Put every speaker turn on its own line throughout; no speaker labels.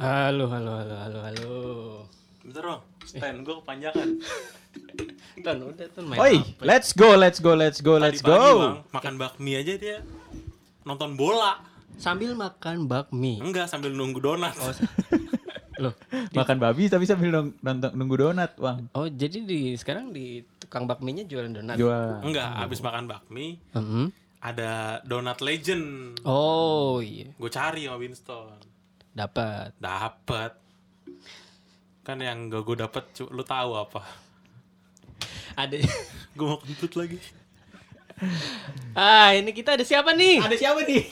Halo, halo, halo, halo, halo.
Bentar dong,
Eh.
stand gue kepanjangan.
Ton, udah ton main.
Oi,
apa?
let's go, let's go, let's go, let's
Tadi pagi, Bang,
go.
makan bakmi aja dia. Nonton bola.
Sambil makan bakmi.
Enggak sambil nunggu donat.
Oh, sa- Loh.
Makan babi tapi sambil nong- nonton nunggu donat, Wang.
Oh, jadi di sekarang di tukang bakminya jualan donat.
Jual.
Enggak, habis makan bakmi
Mhm.
ada donat legend.
Oh, iya.
Gue cari sama Winston.
Dapat.
Dapat. Kan yang gak gue dapet, cu- lu tahu apa?
Ada
Gue mau kentut lagi.
Ah, ini kita ada siapa nih?
Ada siapa nih?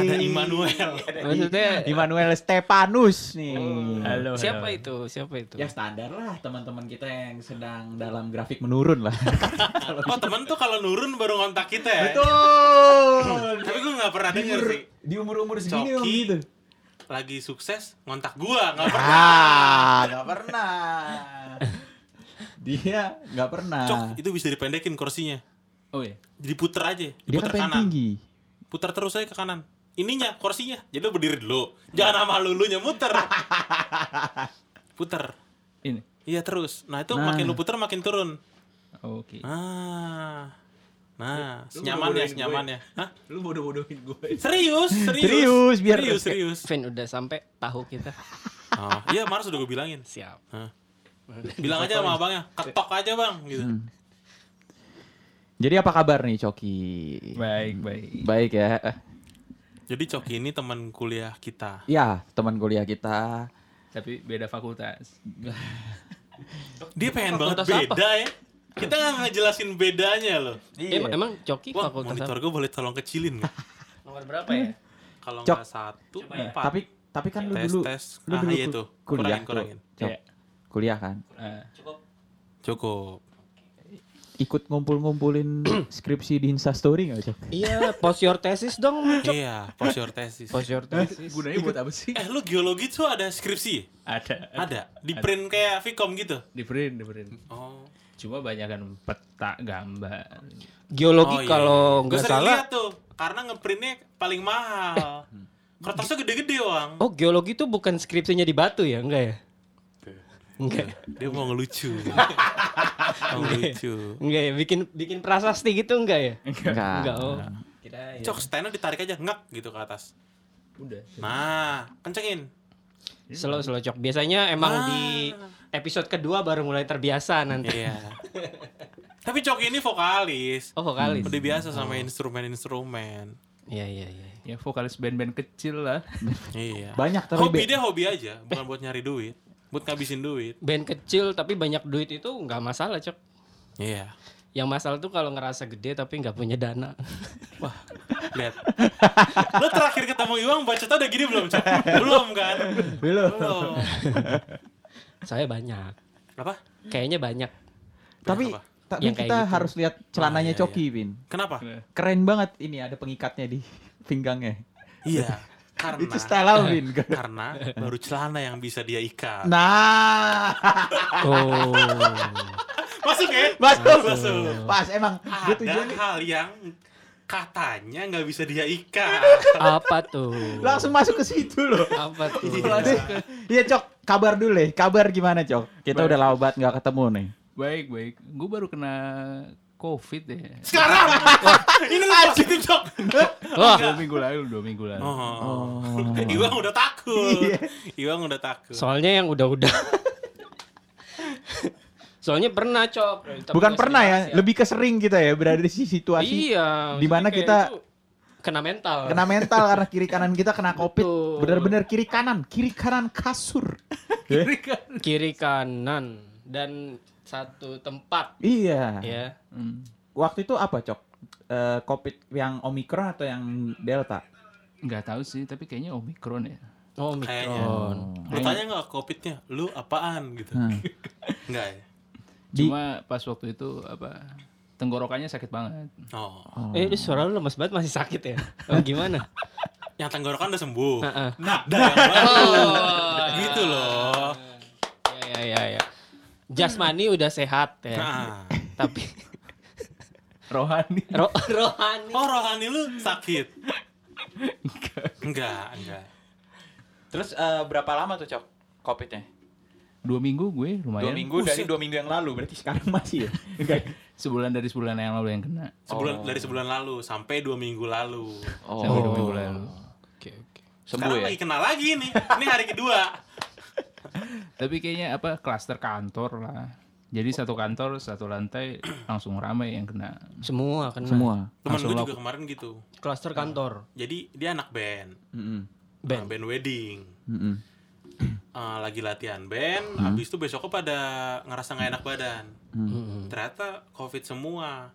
Ada Immanuel.
Maksudnya
Immanuel Stepanus nih.
halo, siapa itu? Siapa itu?
Ya standar lah teman-teman kita yang sedang dalam grafik menurun lah.
Oh temen tuh kalau nurun baru ngontak kita ya.
Betul.
Tapi gue gak pernah
Di
denger
umur-
sih.
Oh, Di umur-umur segini
Coki
om gitu.
lagi sukses ngontak gua nggak pernah.
Ah, nggak pernah. Dia kan nggak pernah.
Cok itu bisa dipendekin kursinya.
Ah. Oh iya.
Jadi puter aja,
Dia
diputer
kan pengen
kanan.
tinggi.
Putar terus aja ke kanan. Ininya kursinya. Jadi lu berdiri dulu. Jangan sama lulunya muter. puter.
Ini.
Iya terus. Nah itu
Nah.
makin lu puter makin turun.
Oke.
Nah. Nah,
Lu- lu
senyamannya,
bodohin gue.
senyamannya. Hah?
Lu bodoh-bodohin gue.
Serius, serius.
Serius, biar-
serius, serius.
Vin udah sampai tahu kita.
Oh, iya, Mars udah gue bilangin.
Siap.
Hah. Bilang aja sama abangnya, ketok aja, Bang, gitu.
Hmm. Jadi apa kabar nih Coki?
Baik, baik.
Baik ya. Eh,
Jadi Coki ini teman kuliah kita.
Ya, teman kuliah kita.
Tapi beda fakultas.
Iya.
Dia pengen banget
Fakultas apa?
beda ya. Kita nggak ngejelasin bedanya loh.
Em- emang Coki
Wah,
fakultas
monitor
apa?
gue boleh tolong kecilin nggak?
Nomor berapa ya?
Hmm.
Kalau
Cok.
nggak satu,
Eh,
empat.
Tapi tapi kan lu
tes
dulu
tes.
lu
Ah,
dulu
iya
ku-
tuh.
kuliah
Kurangin,
tuh.
kurangin.
Cok,
Iya.
Kuliah kan.
Ah,
Cukup.
Ikut ngumpul-ngumpulin skripsi di Insta story enggak, Cok?
Iya, post your thesis dong.
Iya, pos your thesis.
Post your thesis.
gunanya buat apa sih?
Eh, lu geologi tuh ada skripsi?
Ada.
Ada. Di print kayak Vicom gitu.
Di print, di print.
Oh.
Cuma banyak kan peta gambar.
Geologi
iya.
kalau
Gua
nggak
sering
salah.
lihat tuh, karena ngeprintnya paling mahal. Kertasnya gede-gede, Wang.
Oh, geologi itu bukan skripsinya di batu ya, enggak ya? Enggak.
Dia mau ngelucu. mau ngelucu.
Enggak ya, bikin bikin prasasti gitu enggak ya?
Nah.
Enggak.
Enggak.
Oh.
Kira
Cok, stand ditarik aja, ngak gitu ke atas.
udah.
Nah, kencengin.
Slow slow cok. Biasanya emang
Ah.
di episode kedua baru mulai terbiasa nanti.
Iya. Tapi Cok ini vokalis.
Oh, vokalis.
Udah biasa sama instrumen-instrumen.
Iya, iya, iya.
Ya vokalis band-band kecil lah.
Iya.
Banyak tapi
Hobi
be-
dia hobi aja, bukan buat nyari duit, buat ngabisin duit.
Band kecil tapi banyak duit itu enggak masalah, cok.
Iya.
Yang masalah tuh kalau ngerasa gede tapi nggak punya dana.
Lihat. Lo terakhir ketemu Iwang bacotnya udah gini belum, Cok? Belum kan?
Belum.
Belum.
Saya banyak.
Apa?
Kayaknya banyak.
Tapi
Apa?
tapi
Yang kayak
kita
gitu.
harus lihat celananya
iya,
Coki, Bin.
Kenapa?
Iya. Keren banget ini ada pengikatnya di pinggangnya.
Iya. Karena
Itu style Bin.
karena baru celana yang bisa dia ikat.
Nah,
Oh.
Masuk ya?
masuk,
Masuk.
Pas emang dia
Ada
tujuan
hal yang katanya nggak bisa dia ikat.
Apa tuh?
langsung masuk ke situ loh.
apa tuh?
Waduh. Iya cok, kabar dulu deh. Kabar gimana cok? Kita
Baik.
udah lama banget nggak ketemu nih.
Baik, baik. Gue baru kena COVID ya.
Sekarang. Ini lu positif, Cok.
Wah,
Dua minggu lalu, dua minggu lalu.
Oh.
Oh.
Iwang udah takut.
Iya.
Iwang udah takut.
Gitu. Soalnya yang udah-udah. Soalnya pernah, Cok. Tapi
Bukan
nggak
pernah ya,
sering bahas
lebih ke sering kita ya berada di situasi
Iya.
di mana
maksudnya
kita-
kayak itu kena mental.
kena mental karena kiri kanan kita kena covid.
Betul.
Bener-bener kiri kanan, kiri kanan kasur.
Kiri kan.
kiri kanan dan satu tempat
iya.
ya.
Hmm.
Waktu itu apa cok? Eh, covid yang omikron atau yang delta?
Nggak tahu sih, tapi kayaknya Omikron ya.
Oh,
Kayaknya.
mikron.
Lu tanya nggak covidnya? Lu apaan gitu?
Hmm.
Enggak ya?
Di-
Cuma pas waktu itu apa tenggorokannya sakit banget.
Oh.
Eh, ini suara lu lemas banget masih sakit ya. Oh, gimana?
Yang tenggorokan udah sembuh.
Heeh.
Nah, dah yang baru.
Oh.
Gitu loh.
Ya ya ya ya. Jasmani udah sehat
Iya.
ya.
Nah.
Tapi
Rohani.
ro- rohani
Oh, rohani lu sakit. Enggak, enggak.
Terus eh, berapa lama tuh cok covidnya?
Dua minggu gue lumayan.
Dua minggu dari
Buset.
dua minggu yang lalu berarti sekarang masih ya? Enggak.
Sebulan dari sebulan yang lalu yang kena.
Sebulan
Oh.
dari sebulan lalu sampai dua minggu lalu.
Oh.
Sampai dua minggu lalu.
Oke oke.
Sembuh
Sekarang
ya?
lagi kena lagi nih. Ini hari kedua.
Tapi kayaknya apa klaster kantor lah. Jadi satu kantor satu lantai langsung ramai yang kena.
Semua kena.
Temen
Langsung
gue
lock.
juga kemarin gitu.
Cluster kantor.
Jadi dia anak band,
Mm-mm.
band,
Band.
band Ah, wedding.
Mm-mm.
Eh, lagi latihan band, habis itu besoknya pada ngerasa nggak enak badan.
Mm-mm.
Ternyata covid semua.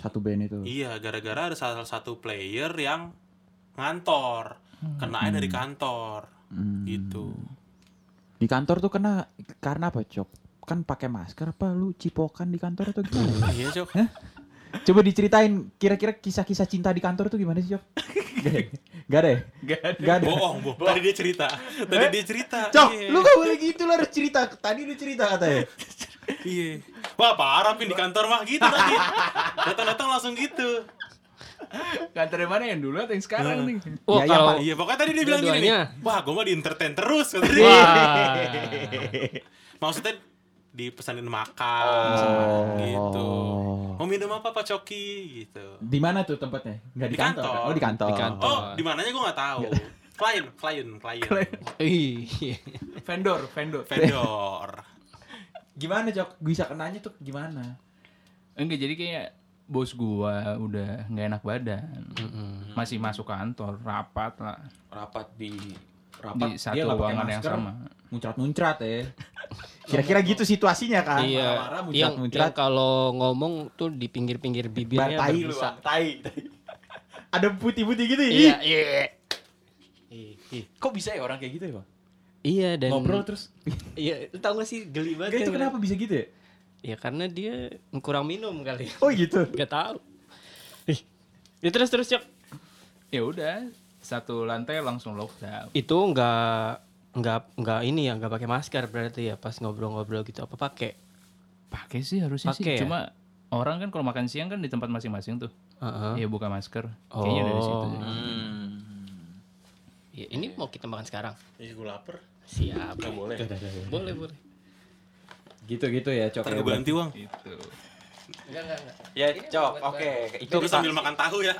Satu band itu.
Iya, gara-gara ada salah satu player yang ngantor, kena dari kantor,
Mm.
gitu.
Di kantor tuh kena karena apa cok? Kan pakai masker apa lu cipokan di kantor atau gimana?
Ah, Iya cok.
Coba diceritain kira-kira kisah-kisah cinta di kantor tuh gimana sih, Cok? Gak ada. Gak ada. ya? Gak ada.
Bohong, bohong. Tadi dia cerita. Tadi dia cerita.
Cok,
Iya.
lu gak boleh gitu lu harus cerita. Tadi lu cerita katanya.
Iya. Wah parah pin di kantor mah gitu tadi. Datang-datang langsung gitu.
Kantor yang mana yang dulu atau yang sekarang nih?
Oh
Ya, ya,
kalau
Pak.
Iya pokoknya tadi dia bilang gini nih.
Dua-duanya.
Wah gue mah di entertain terus kata dia. Maksudnya dipesanin makan gitu. Mau minum apa Pak Coki gitu.
Di mana tuh tempatnya? Gak di,
Di
kantor.
kantor.
Oh, di kantor.
Di kantor.
Oh di mananya gue nggak tahu. Klien, klien, klien.
Iya.
vendor, vendor.
Vendor.
Gimana, Cok? Bisa kenanya tuh gimana?
Enggak, jadi kayak bos gua udah nggak enak badan. Masih masuk kantor, rapat lah.
Rapat di
Di satu
nggak pakai
ruangan yang
masker,
sama.
Muncrat-muncrat ya. Kira-kira gitu situasinya kan.
Iya.
Marah-marah,
Yang, yang
muncrat-muncrat.
kalau ngomong tuh di pinggir-pinggir
Bar
bibirnya
tai lu,
berbusa.
Bang. tai. tai. Ada putih-putih gitu ya?
Iya, iya. Ih, ih.
Kok bisa ya orang kayak gitu ya, Bang?
Iya dan
Ngobrol terus.
Iya, lu tau gak sih geli
Gak
banget
itu
kan?
kenapa bisa gitu ya?
Ya karena dia kurang minum kali.
Oh gitu.
Gak tahu. Ih. Ya terus terus Cok.
Ya udah, satu lantai langsung lockdown.
Itu nggak nggak nggak ini ya nggak pakai masker berarti ya pas ngobrol-ngobrol gitu apa pakai?
Pakai sih harusnya
Pakai
sih.
ya?
Cuma orang kan kalau makan siang kan di tempat masing-masing tuh.
Heeh.
Iya.
Ya buka masker. Kayaknya dari situ.
Oh. Ya, ini mau kita makan sekarang.
Ih gue lapar.
Siap.
Gak boleh.
Boleh, boleh.
Gitu-gitu ya, Cok.
Ntar gue ganti uang.
Gitu.
Enggak, enggak, enggak.
Ya,
Ini
Cok.
buat
Oke, itu
Gue sambil makan tahu ya.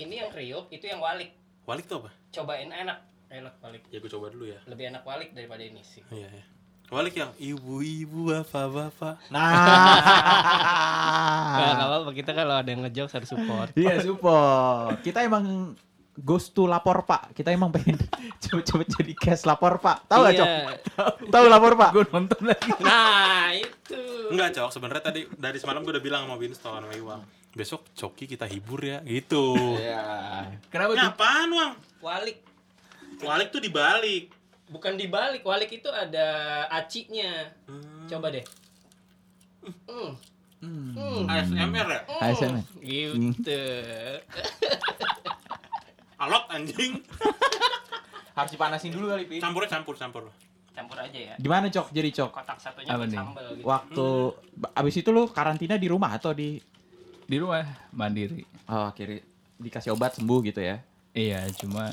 Ini yang kriuk, itu yang walik.
Walik tuh apa?
Cobain enak. Enak walik.
Ya gue coba dulu ya.
Lebih enak walik daripada ini sih.
Iya ya. Walik yang ibu-ibu bapak-bapak.
Nah,
Nah.
kalau kita kalau ada yang ngejokes harus support.
Iya, support. Kita emang Ghost to lapor pak, kita emang pengen coba-coba jadi guest lapor pak, tahu nggak cok?
Iya.
Tahu lapor pak?
Gue nonton lagi.
Nah, itu.
Enggak, Cok. Sebenarnya tadi dari semalam gue udah bilang sama Winston sama Iwang. Besok Coki kita hibur ya, gitu.
Kenapa tuh?
Ngapain, Wang?
Walik
Walik tuh dibalik.
bukan dibalik. Walik itu ada acinya.
Hmm.
Coba deh. Hmm. Hmm.
ASMR ya?
Hmm.
ASMR.
Gitu.
Alot anjing.
Harus dipanasin dulu kali pi.
Campur campur campur.
Campur aja ya.
Gimana cok? Jadi cok,
Kotak satunya
Apa
buat
nih?
sambal gitu.
waktu abis itu lu karantina di rumah atau di?
Di rumah mandiri.
Oh, kiri dikasih obat sembuh gitu ya?
Iya, cuma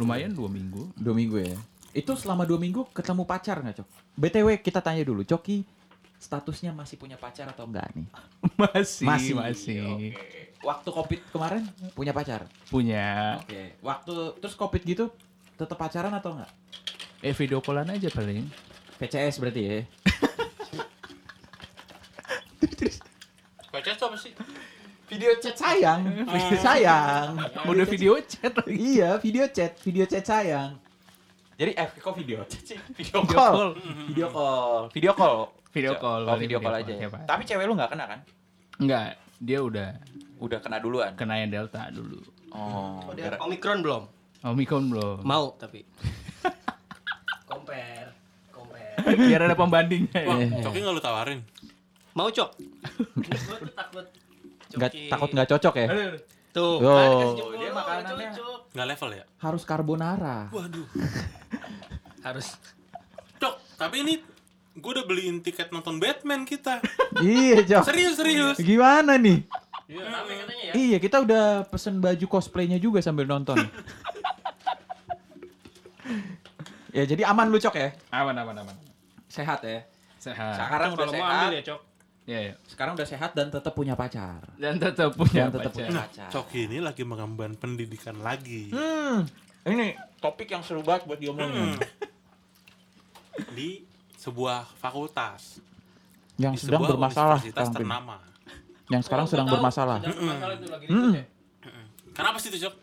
lumayan dua minggu.
Dua minggu ya. Itu selama dua minggu ketemu pacar nggak cok? BTW kita tanya dulu, Coki statusnya masih punya pacar atau enggak nih?
Masih,
Masih.
masih.
Waktu covid kemarin punya pacar.
Punya.
Oke. Waktu terus covid gitu tetap pacaran atau enggak?
Eh, video callan aja paling.
PCS berarti ya.
Baca tuh apa sih?
Video chat sayang, sayang.
Udah video chat lagi.
iya, video chat, video chat sayang. Jadi eh kok video chat sih? Video
Video
call.
call.
Video call. Hmm. Video call.
Video call,
Oh, video
video
call
call
aja. ya.
tiap hari.
Tapi cewek lu nggak kena kan?
Enggak, dia udah
Udah kena duluan.
kena yang Delta dulu.
Oh. gara-
Omikron belum?
Omikron belum.
Mau tapi. compare, compare.
Biar ada pembandingnya ya.
Wang,
Iya.
Coki nggak lu tawarin?
Mau cok? Gua tuh takut.
Nggak
Coki.
takut nggak cocok ya?
Aduh,
Tuh,
Yo.
kan dikasih jempol,
Dia makanannya.
cocok.
Nggak level ya?
Harus carbonara.
Waduh.
Harus.
Cok, tapi ini gue udah beliin tiket nonton Batman kita.
iya, Cok.
Serius serius.
Gimana nih?
Iya, rame katanya ya.
Iya, kita udah pesen baju cosplaynya juga sambil nonton. Ya jadi aman lu cok ya.
Aman, aman, aman.
Sehat ya.
Sehat.
Sekarang
Cok,
udah
kalau mau
sehat.
ambil ya, Cok.
Ya, ya.
Sekarang udah sehat dan tetap punya pacar.
Dan tetap punya
Dan tetap
pacar.
punya.
Nah,
Pacar.
Coki ini lagi mengemban pendidikan lagi Iya,
Hmm. Ini topik yang seru banget buat diomongin.
di sebuah fakultas,
Yang
di
sedang
sebuah
bermasalah
universitas
sekarang. Pin.
ternama.
Yang sekarang
Oh,
sedang
gua tahu,
bermasalah.
Sedang bermasalah itu lagi
Hmm.
ribut ya.
Kenapa sih itu, Cok?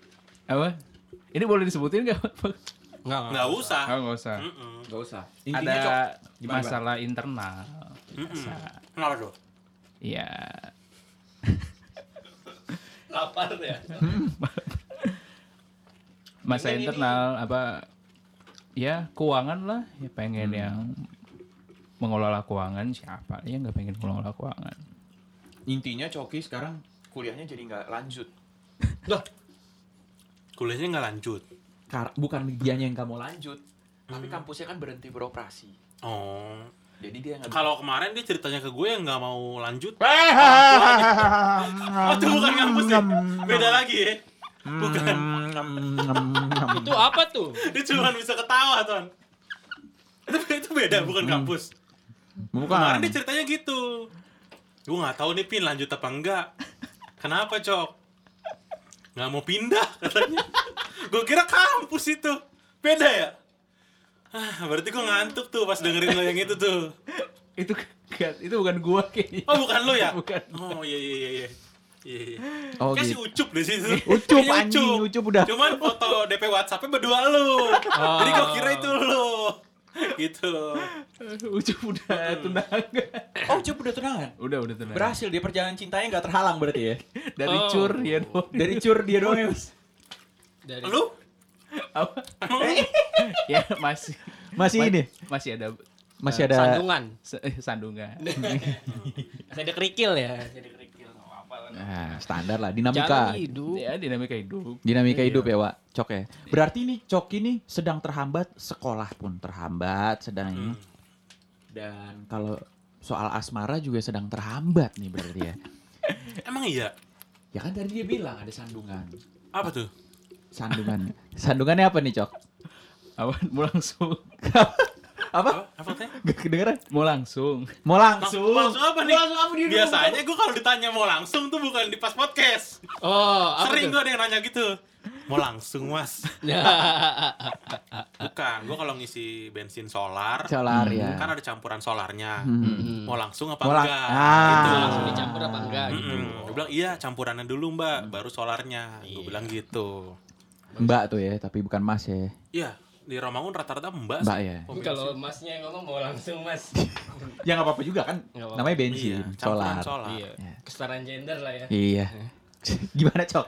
Apa? Ini boleh disebutin nggak? Pak?
Enggak,
Nggak usah.
Oh, nggak usah.
Mm-mm.
Gak usah.
Ada
Ah. Cok. Gimana,
masalah internal. Biasa.
Kenapa tuh?
Iya.
Lapar ya.
Masalah
Pengen ini.
internal apa? Ya keuangan lah. Ya pengen
Hmm.
yang mengelola keuangan siapa? Ya nggak pengen mengelola keuangan.
Intinya Coki sekarang kuliahnya jadi nggak lanjut.
Kuliahnya nggak lanjut.
Kar- bukan dianya yang kamu lanjut, tapi kampusnya kan berhenti beroperasi.
Oh,
Jadi dia nggak.
kalau kemarin dia ceritanya ke gue yang nggak mau lanjut.
oh,
Oh, itu bukan kampus ya? Beda lagi ya?
Hmm,
Bukan.
Itu apa tuh?
Dia cuma bisa ketawa, Ton. Itu, itu beda, bukan kampus.
Bukan.
Kemarin dia ceritanya gitu. Gue nggak tahu nih Pin lanjut apa enggak. Kenapa, Cok? Nggak mau pindah katanya. gue kira kampus itu. Beda ya? Ah, berarti gue ngantuk tuh pas dengerin lo yang itu tuh.
Itu itu bukan gua kayaknya.
Oh, bukan lo ya?
Bukan.
Oh, iya iya iya iya. Iya, iya.
Oh,
Kayak si
gitu.
Ucup di situ.
Ucup,
Kayaknya
anjing, Ucup udah. Oh.
Cuman foto DP WhatsApp-nya berdua lu. Jadi gua kira itu lu. Gitu.
Ucup udah tunangan.
Oh, Cup udah tunangan.
Udah udah tunangan.
Berhasil dia perjalanan cintanya nggak terhalang berarti ya.
Dari
Oh.
cur ya doang.
Dari cur dia doang. ya,
Dari
Lu?
Apa?
Emang
Eh?
ya masih
Masih ini,
masih ada
masih ada
sandungan.
se- eh, sandungan.
Saya kerikil ya. Saya kerikil.
Nah, standar lah
Jalan
dinamika.
hidup.
Ya dinamika hidup. Iya.
Dinamika hidup ya, Wak. Cok ya. Berarti nih Cok ini sedang terhambat, sekolah pun terhambat sedang ini.
Hmm.
Dan kalau soal asmara juga sedang terhambat nih berarti ya.
Emang iya?
Ya kan tadi dia bilang ada sandungan.
Apa tuh?
Sandungan. Sandungannya apa nih, Cok?
Apa mau langsung?
Apa?
Apa? Apa teh?
Gak kedengeran?
Mau langsung.
Mau
Langsung,
langsung.
langsung apa nih?
Langsung apa nih?
Biasanya gua kalau ditanya mau langsung tuh bukan di pas podcast.
Oh, apa
Sering
tuh?
gua ada yang nanya gitu. Mau langsung, Mas.
Ya.
Bukan, gua kalau ngisi bensin solar,
Solar ya.
kan ada campuran solarnya.
Hmm.
Hmm.
Mau langsung apa
Mau lang-
enggak?
Ah.
Gitu.
langsung dicampur apa enggak gitu.
Mm-mm. Gue bilang iya campurannya dulu mbak,
Hmm.
baru solarnya.
Iya.
Gue bilang gitu.
Mbak tuh ya, tapi bukan Mas ya.
Iya di Romangun rata-rata mbak.
Mbak
sih.
ya.
Ini kalau masnya yang ngomong mau langsung mas.
Ya nggak apa-apa juga kan.
Nggak apa-apa.
Namanya bensin,
Iya, campuran
solar.
solar.
iya. Kesetaraan gender lah ya.
Iya. Gimana, Cok?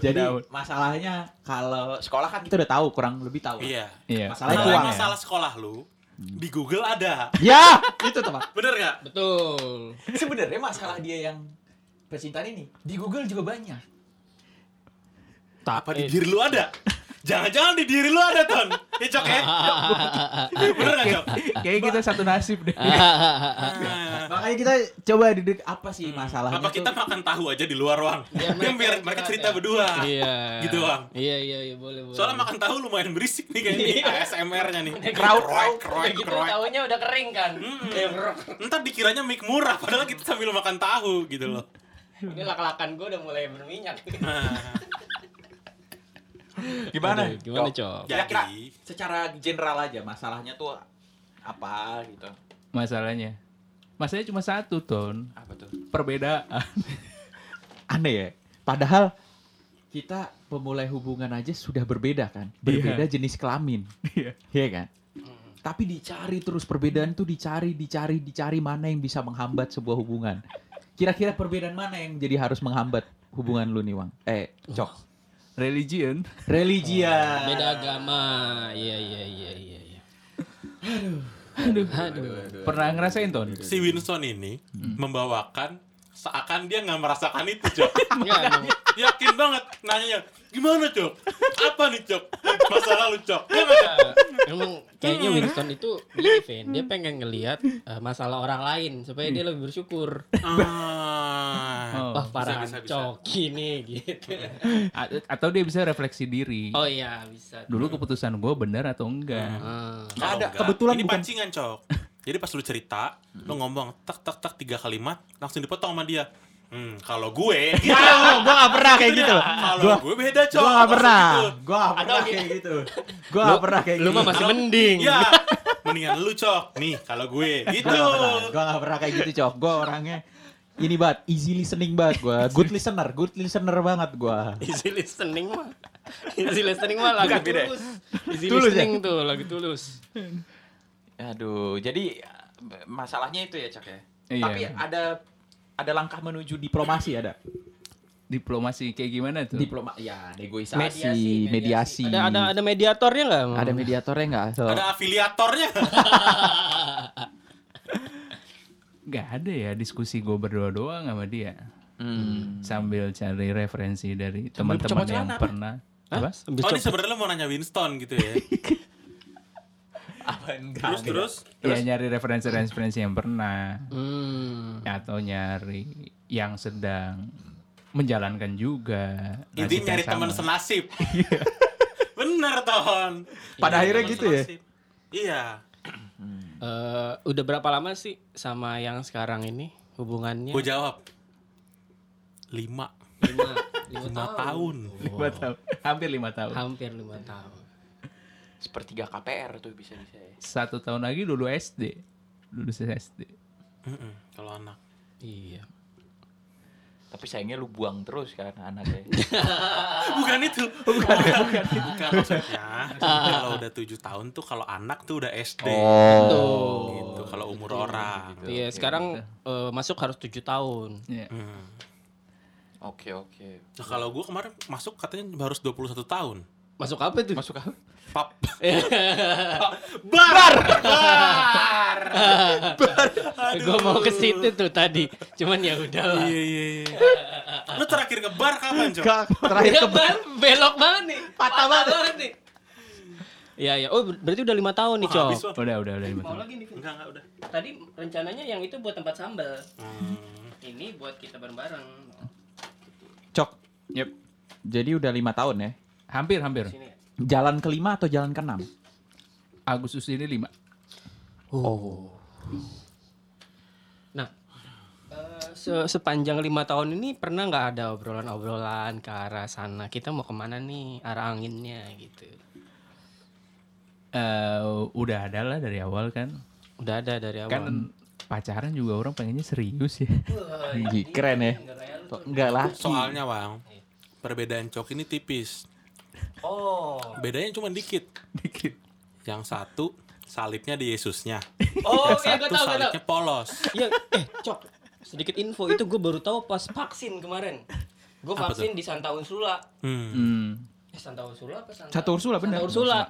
Jadi
Daun.
masalahnya kalau sekolah kan kita udah tahu, kurang lebih tahu.
Iya.
iya.
Masalah
Kalau
uang
yang
ya? Hmm.
masalah sekolah lu di Google ada,
Ya, itu teman.
bener nggak?
Betul.
Sebenarnya masalah dia yang percintaan ini di Google juga banyak.
Apa di
eh.
diri lu ada? Jangan-jangan di diri lu ada ton? Ya cok ya. bener nggak cok?
Kayaknya kita satu nasib deh.
Ah.
Makanya kita coba duduk Hmm. apa sih masalahnya
Apa kita
tuh?
makan tahu aja di luar ruang?
Ya,
Kan biar mereka cerita berdua.
Iya.
Gitu, Bang.
Iya iya iya boleh boleh.
Soalnya makan tahu lumayan berisik nih kayaknya
Iya.
nih ASMR-nya nih.
Kraut,
Kroek, kroek,
Kayak gitu
kroek.
tahunya udah kering kan. Kayak brok.
Ntar dikiranya mic murah padahal kita sambil makan tahu gitu loh.
Ini lak-lakan gue udah mulai berminyak.
Nah,
Aduh, Gimana, Cok?
Kira-kira
Jadi-
secara general aja masalahnya tuh apa gitu.
Masalahnya. Masalahnya cuma satu, Ton.
Apa tuh?
Perbedaan.
Aneh ya. Padahal kita pemulai hubungan aja sudah berbeda kan.
Iya.
Berbeda jenis kelamin.
Iya.
Iya kan? Tapi dicari terus perbedaan tuh dicari, dicari, dicari mana yang bisa menghambat sebuah hubungan. Kira-kira perbedaan mana yang jadi harus menghambat hubungan lu nih, Wang? Eh, Cok.
Religion.
Religi ya.
Oh. Beda agama. Iya iya iya iya iya.
Aduh.
Aduh.
Pernah ngerasain, Ton?
si Winston ini membawakan seakan dia nggak merasakan itu, Cok.
Enggak, emang.
Yakin banget nanyanya, gimana, Cok? Apa nih, Cok? Masa lalu, Cok? Ya nggak, Cok?
Emang kayaknya Winston itu belief ya. Dia pengen ngelihat eh, masalah orang lain supaya dia lebih bersyukur.
Ah, Nah,
Oh.
Wah,
Mm. bisa,
parah
bisa, bisa.
coki nih gitu.
A- atau dia bisa refleksi diri.
Oh iya, bisa.
Dulu keputusan gue benar atau enggak?
Ah.
Kalau
Ada,
enggak,
kebetulan
ini
bukan-
pancingan, Cok. Jadi pas lu cerita, lu ngomong tak tak tak tiga kalimat, langsung dipotong sama dia. Hmm, kalau gue gitu.
Oh, gua gak pernah kayak gitu loh.
Kalau
Gua
gue beda, Cok.
gua gak
Langsung
pernah.
gitu.
Gua gak
Atau
pernah
gini.
kayak gitu. Gua gak pernah kayak
Lu
gitu.
mah masih
Kalau-
mending.
Iya. Mendingan lu, Cok. Nih, kalau gue gitu.
Gua gak pernah. Gua gak pernah kayak gitu, Cok. Gua orangnya ini banget, easy listening banget gua. Good listener, good listener banget gua.
Easy listening mah. Easy listening mah lagu
Bukan, beda ya?
tulus. Easy
Tulus ya?
listening tuh lagu tulus.
Aduh, jadi masalahnya itu ya, Cok ya.
Iya.
Tapi ada ada langkah menuju diplomasi ada.
Diplomasi kayak gimana tuh?
Diploma ya negosiasi,
Mediasi,
mediasi.
Ada ada ada mediatornya nggak? Mam?
Ada mediatornya nggak? So,
Ada afiliatornya.
Gak ada ya diskusi gue berdua doang sama dia. Sambil cari referensi dari teman-teman yang
celana apa?
pernah.
Hah?
Apa?
Habis
Oh, ini
cok-
sebenarnya lu mau nanya Winston gitu ya. Terus terus
Ya nyari referensi-referensi yang pernah.
Hmm.
Atau nyari yang sedang menjalankan juga.
ini
Nasib
nyari
yang
teman
sama.
senasib. Bener, Ton.
Iya. Pada
Nyari
akhirnya
teman
gitu ya?
senasib. Iya.
Eh, udah berapa lama sih sama yang sekarang ini hubungannya?
Gue jawab. Lima.
lima,
Lima tahun.
Lima tahun. Hampir lima tahun.
Hampir lima tahun.
sepertiga KPR tuh bisa bisa. Ya.
Satu tahun lagi dulu SD. Lulus SD.
Mm-mm, Kalau anak.
Iya.
Tapi sayangnya lu buang terus kan anaknya.
Bukan itu. Bukan, bukan. maksudnya. kalau udah tujuh tahun tuh kalau anak tuh udah SD. Gitu. Kalau umur orang.
Iya, sekarang eh, masuk harus tujuh tahun.
Ya.
Hmm.
Oke oke.
Nah, kalau gue kemarin masuk katanya harus 21 tahun.
Masuk apa tuh?
Masuk apa?
Pap. Bar.
Gue eh, mau ke situ tuh tadi. Cuman ya udah lah.
Iya iya iya. Lu terakhir ke bar kapan, Cok?
terakhir
Iya
ke
kan? belok banget nih.
Patah banget.
nih. Iya ya. Oh, ber- berarti udah lima tahun nih,
Wah,
Cok.
habis, Wak.
Udah, udah, udah lima
Mau
tahun.
lagi nih. Vin.
Enggak, enggak udah.
Tadi rencananya yang itu buat tempat sambal.
Hmm.
Ini buat kita bareng-bareng.
Cok.
Yep.
Jadi udah lima tahun ya.
Hampir, hampir.
Sini. ya.
Jalan kelima atau jalan keenam?
Agustus ini lima.
Oh.
Nah, eh, se- sepanjang lima tahun ini pernah nggak ada obrolan-obrolan ke arah sana? Kita mau kemana nih? Arah anginnya gitu.
Eh, udah ada lah dari awal kan.
Udah ada dari awal.
Kan pacaran juga orang pengennya serius ya.
Wah,
Anjing,
ini
keren ya.
nggak kayak lu tuh.
Enggak lah.
Soalnya, Bang. Perbedaan Cok ini tipis.
Oh.
Bedanya cuma dikit.
Dikit.
Yang satu salibnya di Yesusnya.
Oh,
Yang
iya gue tahu,
satu
gue tahu.
salibnya polos.
Iya, eh, cok. Sedikit info itu gue baru tahu pas vaksin kemarin. Gue
Apa
vaksin di Santa Ursula.
Hmm.
Hmm.
Eh, Santa Ursula apa Santa?
Santa Ursula, bener.
Santa Ursula.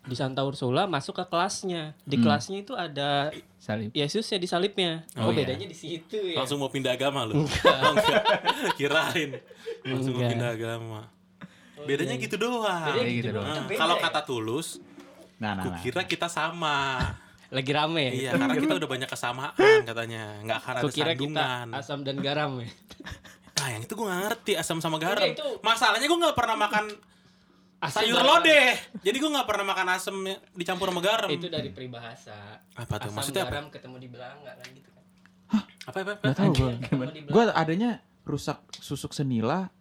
di Santa Ursula masuk ke kelasnya. Di kelasnya itu ada
Salib.
Yesusnya ya di salibnya. Oh,
Oh, iya.
bedanya di situ ya.
Langsung mau pindah agama lu. Oh, enggak. Kirain. Langsung
Enggak. Oh,
mau
iya,
pindah agama. Bedanya gitu doang.
Bedanya
gitu doang.
Nah,
Beda
Kalau
ya?
kata tulus,
Nah, nah, nah.
kukira kita sama.
Lagi rame ya.
Iya, karena kita udah banyak kesamaan katanya. Nggak akan ada
kira
sandungan.
kita asam dan garam ya.
Nah, yang itu gue nggak ngerti asam sama garam.
Udah, itu.
Masalahnya gue nggak pernah makan
Asam
sayur
garam.
lodeh. Jadi gue nggak pernah makan asam dicampur sama garam.
Itu dari peribahasa.
Apa tuh?
Asam
Maksudnya apa?
garam ketemu di belanga kan gitu kan.
Apa apa? apa?
Nggak tahu gua.
Ketemu di
Gue adanya rusak susuk senila,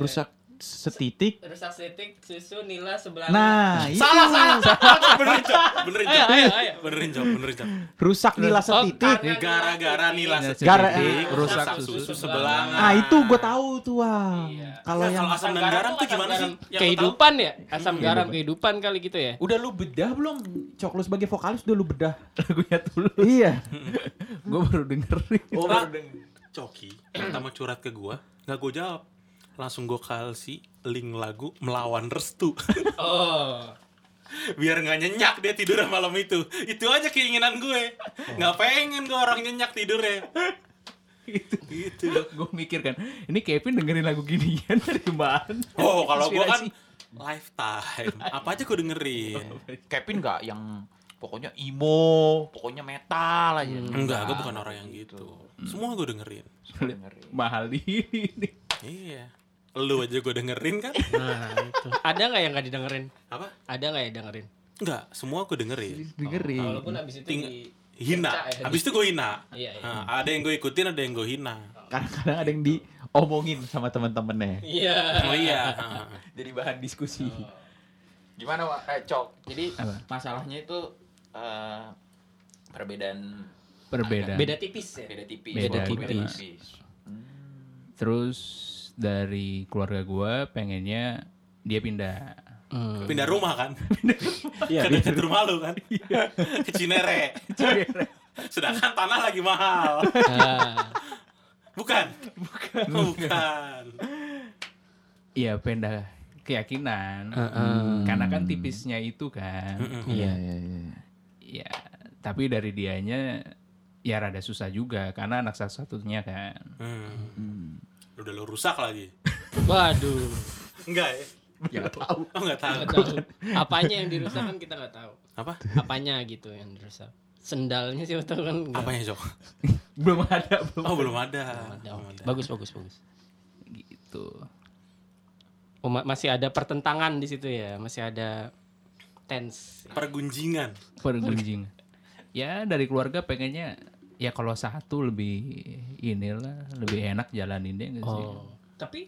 rusak setitik.
Rusak setik, susu, nila, sebelanga.
Nah, itu.
Salah, salah, salah. Benerin, Cok. Benerin,
Ayo,
Cok.
ayo, ayo.
Benerin, Cok. Benerin, Cok.
rusak nila
Oh,
setitik.
karena
Gara-gara nila
Nila
setitik,
Gara-
rusak
susu,
susu
sebelangan.
Ah, itu gue tahu tuh, Wang.
Iya.
Kalau
Nah,
yang
kalau asam dan garam tuh gimana sih? Yang lu tahu?
kehidupan ya? Asam garam kehidupan kali gitu ya?
Udah lu bedah belum? Cok lu sebagai vokalis udah lu bedah.
Lagunya tulus.
iya.
Gue baru dengerin.
Lah, Coki, pertama curhat ke gua, nggak gua jawab. Langsung gua kalsi link lagu melawan restu.
Oh.
Biar nggak nyenyak dia tidur malam itu. Itu aja keinginan gue. Nggak pengen gue orang nyenyak tidurnya. gitu.
Gue mikir kan, ini Kevin dengerin lagu ginian dari mana?
Oh, kalau gua kan
Inspirasi.
lifetime. Apa aja gua dengerin.
Kevin gak yang
pokoknya emo, pokoknya metal aja.
Hmm.
Enggak, gue bukan orang yang gitu. Semua gue dengerin.
Suka dengerin.
mahal ini.
Iya. Lu aja gue dengerin kan?
Nah, itu. Ada nggak yang nggak didengerin?
Apa?
Ada nggak ya dengerin?
Enggak, semua gue dengerin.
dengerin.
Walaupun abis itu
Ting-
di-
Hina.
Kecak ya.
Habis itu gue hina.
Iya, iya.
Nah, ada yang gue ikutin, ada yang gue hina.
Kadang-kadang ada yang diomongin sama temen-temennya.
Iya.
Oh iya. Nah.
Jadi bahan diskusi. Oh. Gimana, Wak? Eh, Cok. Jadi
Apa?
masalahnya itu eh, perbedaan
Perbedaan.
Beda tipis ya.
beda tipis.
Beda gitu.
tipis.
Terus dari keluarga gue pengennya dia pindah.
Hmm.
Pindah rumah kan?
Iya,
Ke dekat rumah lu kan? Ke Cinere. Sedangkan tanah lagi mahal.
Nah,
Bukan? Bukan. Bukan.
Iya pindah keyakinan.
Heeh.
Karena kan tipisnya itu kan.
Mm-mm.
Iya, iya, iya.
Ya tapi dari dianya ya rada susah juga karena anak satu satunya kan.
Hmm.
Hmm.
Udah lu rusak lagi.
Waduh.
Enggak ya?
Ya nggak tahu.
Oh enggak tahu.
Nggak tahu. Apanya yang dirusak kan kita nggak tahu.
Apa?
Apanya gitu yang dirusak. Sendalnya sih betul kan. nggak-
Apanya, Cok?
Belum ada belum.
Oh, belum ada.
Ada,
Belum
oke.
ada.
Bagus bagus bagus.
Gitu.
Oh, ma- masih ada pertentangan di situ ya. Masih ada tense.
Pergunjingan.
Pergunjing. ya dari keluarga pengennya ya kalau satu lebih inilah lebih enak jalaninnya nggak sih?
Oh. Tapi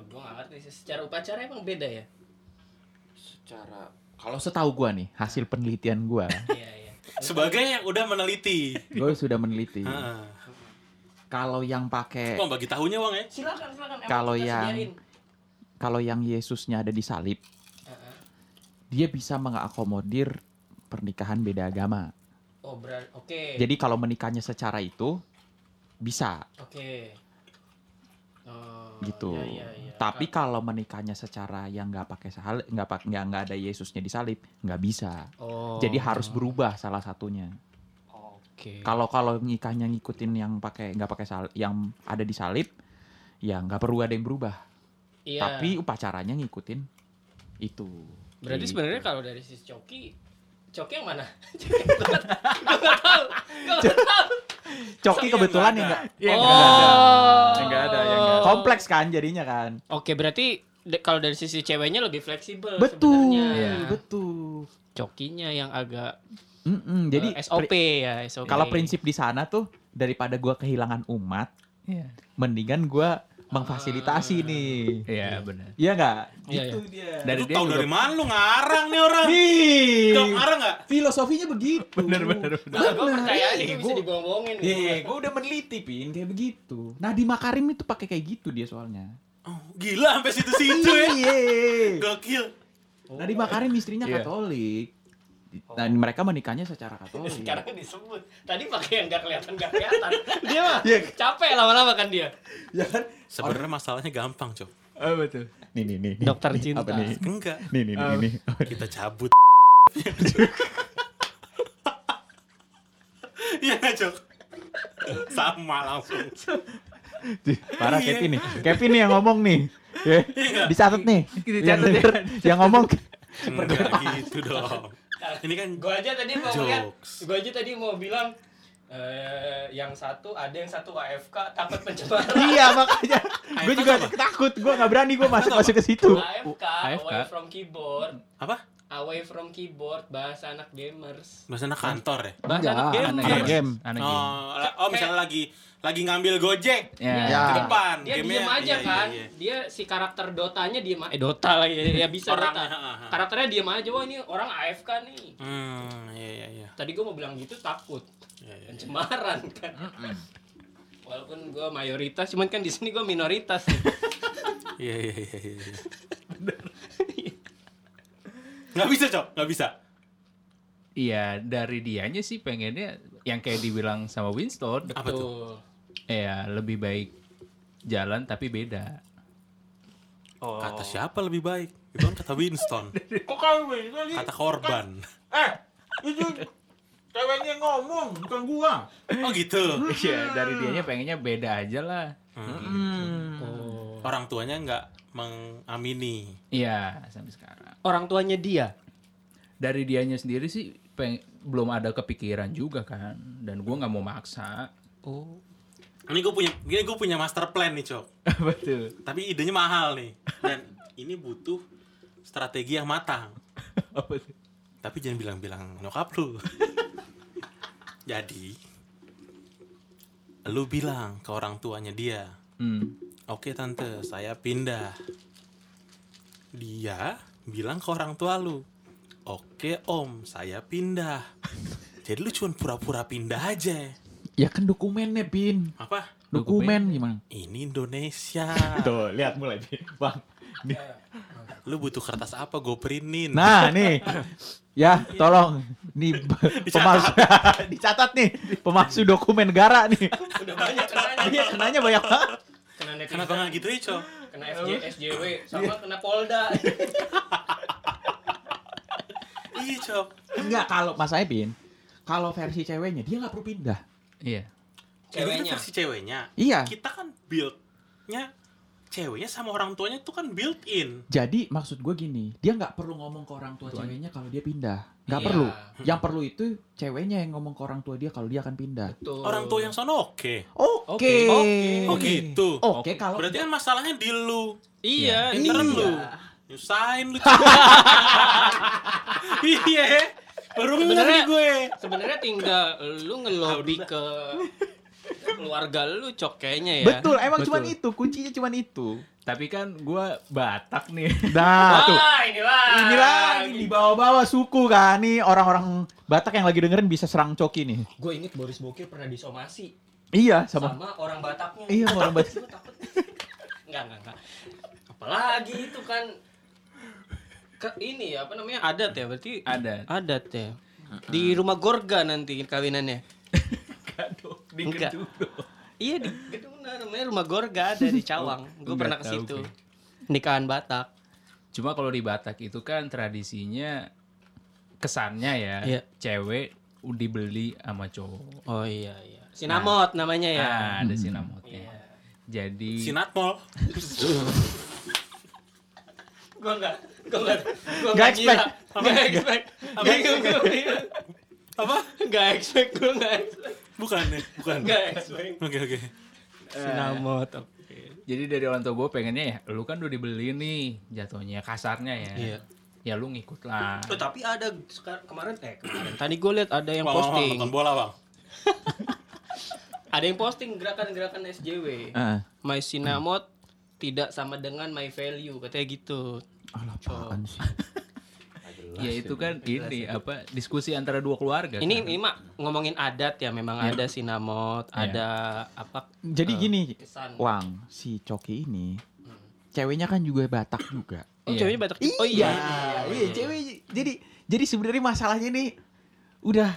oh, gue nggak ngerti sih. Secara upacara emang beda ya.
Secara
Kalau setahu gua nih, hasil penelitian gua,
Iya iya.
Sebagai yang udah meneliti.
gua sudah meneliti.
Ah.
Heeh.
Kalau yang pakai
Wah, bagi tahunya, Wang ya?
Silakan silakan. Emang
Kalau
kita
yang-
sediain.
kalau yang Yesusnya ada di salib,
Ah,
Heeh.
dia bisa mengakomodir pernikahan beda agama.
Oh beran.
Eh.
Oke.
Jadi kalau menikahnya secara itu bisa
Oke. Oh,
gitu.
iya, iya, iya.
Tapi kalau menikahnya secara yang nggak pakai salib, nggak pak- nggak nggak ada Yesusnya di salib, nggak bisa.
Oh. Iya.
Jadi harus berubah salah satunya.
Oke.
Kalau kalau nikahnya ngikutin yang pakai nggak pakai salib, yang ada di salib, ya nggak perlu ada yang berubah.
Iya.
Tapi upacaranya ngikutin itu.
Berarti
Gitu.
sebenarnya kalau dari sisi Coki, Coki yang mana? Coki yang mana? Gua nggak tahu. Gua nggak tahu.
Coki
Yang
kebetulan
nggak
yang
ada.
nggak
Iya,
yang
Oh.
nggak ada.
Yang nggak ada, yang nggak ada.
kompleks kan jadinya kan.
Oke, berarti de- kalau dari sisi ceweknya lebih fleksibel
Betul, Iya.
sebenarnya.
betul.
Cokinya yang agak
Mm-mm,
jadi
jadi
SOP
pri-
ya, SOP.
kalau prinsip di sana tuh daripada gua kehilangan umat,
Iya.
mendingan gua memfasilitasi nih.
Iya benar.
Iya nggak?
Iya,
Gitu dia.
Dari
Lu
dia
tahu
juga
dari mana lu ngarang nih orang?
Ih,
Cok, ngarang enggak?
filosofinya begitu. Bener bener.
Nah, gue percaya itu bisa
gua-
dibohong-bohongin.
Iya, gue udah meneliti pin kayak begitu. Nah di Makarim itu pakai kayak gitu dia soalnya.
Oh, gila sampai situ-situ ya.
Iya.
Gokil.
Nah di Makarim istrinya
Iya.
Katolik. Dan mereka menikahnya secara Katolik.
Sekarang disebut. Tadi pakai yang gak kelihatan gak kelihatan. dia
Iya.
mah capek lama-lama kan dia.
Ya kan?
Sebenarnya masalahnya gampang, Cok.
Oh, betul.
Nih nih nih. nih.
Dokter
Nih,
cinta.
Apa nih?
Enggak.
Nih nih nih nih.
Kita cabut. Iya nggak, Cok? Sama langsung.
Parah
Iya.
Kevin nih. Kevin nih yang ngomong nih. Ya, dicatat nih.
Iya. Kita
yang
catat ya.
denger, yang ngomong
Enggak gitu dong. Ini kan
Gue aja tadi mau ngeliat,
Jokes.
gue aja tadi mau bilang eh, yang satu ada yang satu AFK takut pencemaran.
Iya makanya Gue juga takut Gue gak berani Gue masuk masuk ke situ
AFK,
AFK.
away from keyboard,
apa?
away from keyboard bahasa anak gamers.
Bahasa anak kantor ya?
Bahasa Ah, anak
Enggak,
gamers.
anak game.
Anak game.
Oh, la- oh misalnya lagi lagi ngambil Gojek
Ya.
Ya.
ke depan.
Dia
Gamenya-
diem aja
iya, iya,
kan.
iya.
Dia si karakter Dotanya diem aja. Eh Dota lagi ya, ya bisa
Orangnya,
Dota.
ha, ha.
Karakternya diem aja. Wah ini orang AFK nih.
Hmm, iya iya iya.
Tadi gue mau bilang gitu takut
Iya, iya.
pencemaran kan. Walaupun gue mayoritas, cuman kan di sini gue minoritas.
Iya iya iya iya. iya. Nggak bisa cok, nggak bisa.
Iya, dari dianya sih pengennya yang kayak dibilang sama Winston,
Apa tuh?
Tuh.
ya lebih baik jalan tapi beda.
oh.
Kata siapa lebih baik? Itu kan kata Winston.
Kok kamu bisa sih?
Kata korban.
Eh, itu ceweknya ngomong, bukan gua.
Oh gitu.
Iya, dari dianya pengennya beda aja lah.
Orang tuanya nggak mengamini.
Iya, sampai sekarang.
Orang tuanya dia.
Dari dianya sendiri sih peng- belum ada kepikiran juga kan dan gue nggak mau maksa
Oh.
Ini gue punya, ini gue punya master plan nih cok.
betul
Tapi idenya mahal nih. Dan ini butuh strategi yang matang.
apa tuh
Tapi jangan bilang-bilang nyokap lu. Jadi, lu bilang ke orang tuanya dia,
hmm.
Oke tante, saya pindah. Dia bilang ke orang tua lu, oke om, saya pindah. Jadi lu cuma pura-pura pindah aja.
Ya kan dokumennya, Pin.
Apa?
Dokumen gimana?
Ini Indonesia.
Ah.
Tuh, lihat mulai, Pin. Bang. Nih.
lu butuh kertas apa? Gue printin.
Nah, nih. Ya, tolong nih pemalsu dicatat nih pemalsu dokumen negara nih.
Udah banyak kenanya.
Iya, kenanya banyak banget.
Kena
Kenapa nggak gitu ya, Cok?
Kena FJ, SJW, sama kena Polda.
Iya, Cok.
Enggak kalau Mas Aibin, kalau versi ceweknya dia nggak perlu pindah.
iya
Ini
Ceweknya.
kan versi ceweknya.
Iya.
Kita kan build-nya, ceweknya sama orang tuanya tuh kan built-in.
Jadi maksud gue gini, dia nggak perlu ngomong ke orang tua
Tuanya.
ceweknya kalau dia pindah. Nggak
Iya,
perlu. Yang perlu itu ceweknya yang ngomong ke orang tua dia kalau dia akan pindah.
Betul.
Orang tua yang sono oke.
Oke.
Oke.
Oh gitu.
Oke kalau
Berarti kan masalahnya di lu.
Iya,
Ini keren lu.
lu.
Nyusahin lu. Cuk. Iya. Baru ngerti
Sebenarnya-
gue.
Sebenarnya tinggal lu ngelobi ke keluarga lu cok kayaknya ya.
Betul, emang
Betul.
cuman itu, kuncinya cuman itu.
tapi kan gue Batak nih
Nah, tuh.
Wah, ini lah.
Ini lagi di bawah-bawah suku kan nih orang-orang Batak yang lagi dengerin bisa serang coki nih.
Gue inget Boris Bokir pernah disomasi
Iya,
sama,
sama.
orang Bataknya.
Iya, sama orang Batak.
Lu takut. Enggak, enggak, enggak. Apalagi itu kan ke ini ya, apa namanya? Adat ya, berarti
Adat.
Adat ya. Di rumah Gorga nanti kawinannya. Enggak. Iya di gedung nah, namanya rumah Gorga ada di Cawang. Gue
Nggak
pernah ke
tahu
situ.
gue.
Nikahan Batak.
Cuma kalau di Batak itu kan tradisinya kesannya ya
Iya.
cewek dibeli sama cowok.
Oh iya iya. Sinamot namanya ya.
Ah, ada sinamotnya.
Iya.
Jadi
Sinatmol.
Gua enggak gua enggak gua
Nggak
enggak
expect.
Enggak expect. Enggak expect.
Apa?
Enggak expect gua enggak expect.
Bukan ya, bukan.
Nggak expect.
Oke, oke.
Sinamot. oke.
jadi dari orang tua gue pengennya ya lu kan udah dibeli nih jatuhnya kasarnya ya.
Iya.
Ya lu ngikut lah.
Oh, tapi ada sekar- kemarin eh kemarin tadi gue lihat ada yang
Bang, bang, bang,
posting.
nonton bola, Bang.
Ada yang posting gerakan-gerakan SJW.
Heeh.
My Sinamot tidak sama dengan my value katanya gitu.
Alah, apaan sih?
ya itu kan ini apa diskusi antara dua keluarga.
Iya,
Ini
kan.
ini mak ngomongin adat ya memang ada sinamot,
Iya.
ada apa
Jadi gini,
kesan.
Wang, si Coki ini ceweknya kan juga Batak juga.
Oh,
Iya.
ceweknya Batak. Oh
iya, iya, cewek. Jadi jadi sebenarnya masalahnya nih udah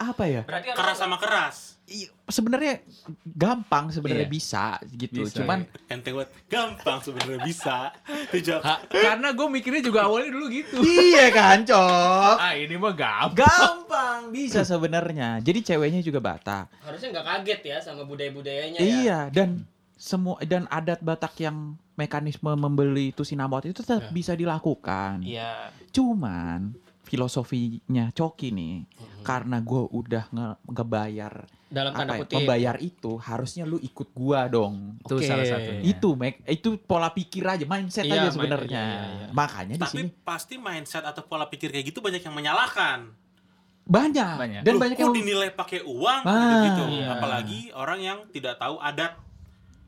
apa ya?
Berarti
Keras sama keras.
I- Sebenarnya gampang sebenarnya
Iya.
bisa gitu.
Bisa,
Cuman
Enteng banget. Gampang sebenarnya bisa. Tuh, Cok.
Ha, karena gue mikirnya juga awalnya dulu gitu.
iya kan, Cok?
ah, ini mah gampang.
Gampang bisa sebenarnya. Jadi ceweknya juga Batak.
harusnya nggak kaget ya sama budaya-budayanya ya.
Iya, dan semua dan adat Batak yang mekanisme membeli itu sinamot itu
Ya.
tetap bisa dilakukan.
Iya.
Cuman filosofinya Coki nih,
Hmm.
karena gue udah nge- ngebayar
Dalam Kan
apa
tanda
ya,
kutip.
membayar itu harusnya lu ikut gua dong.
Oke.
Itu salah satunya.
Itu make itu pola pikir aja,
Iya,
mindset aja
mindset,
sebenarnya.
iya, iya, iya.
Makanya di sini
Tapi pasti mindset atau pola pikir kayak gitu banyak yang menyalahkan.
banyak.
Banyak.
dan
Loh,
banyak
kok
yang
dinilai pakai uang
Ah.
gitu-gitu.
Iya.
Apalagi orang yang tidak tahu adat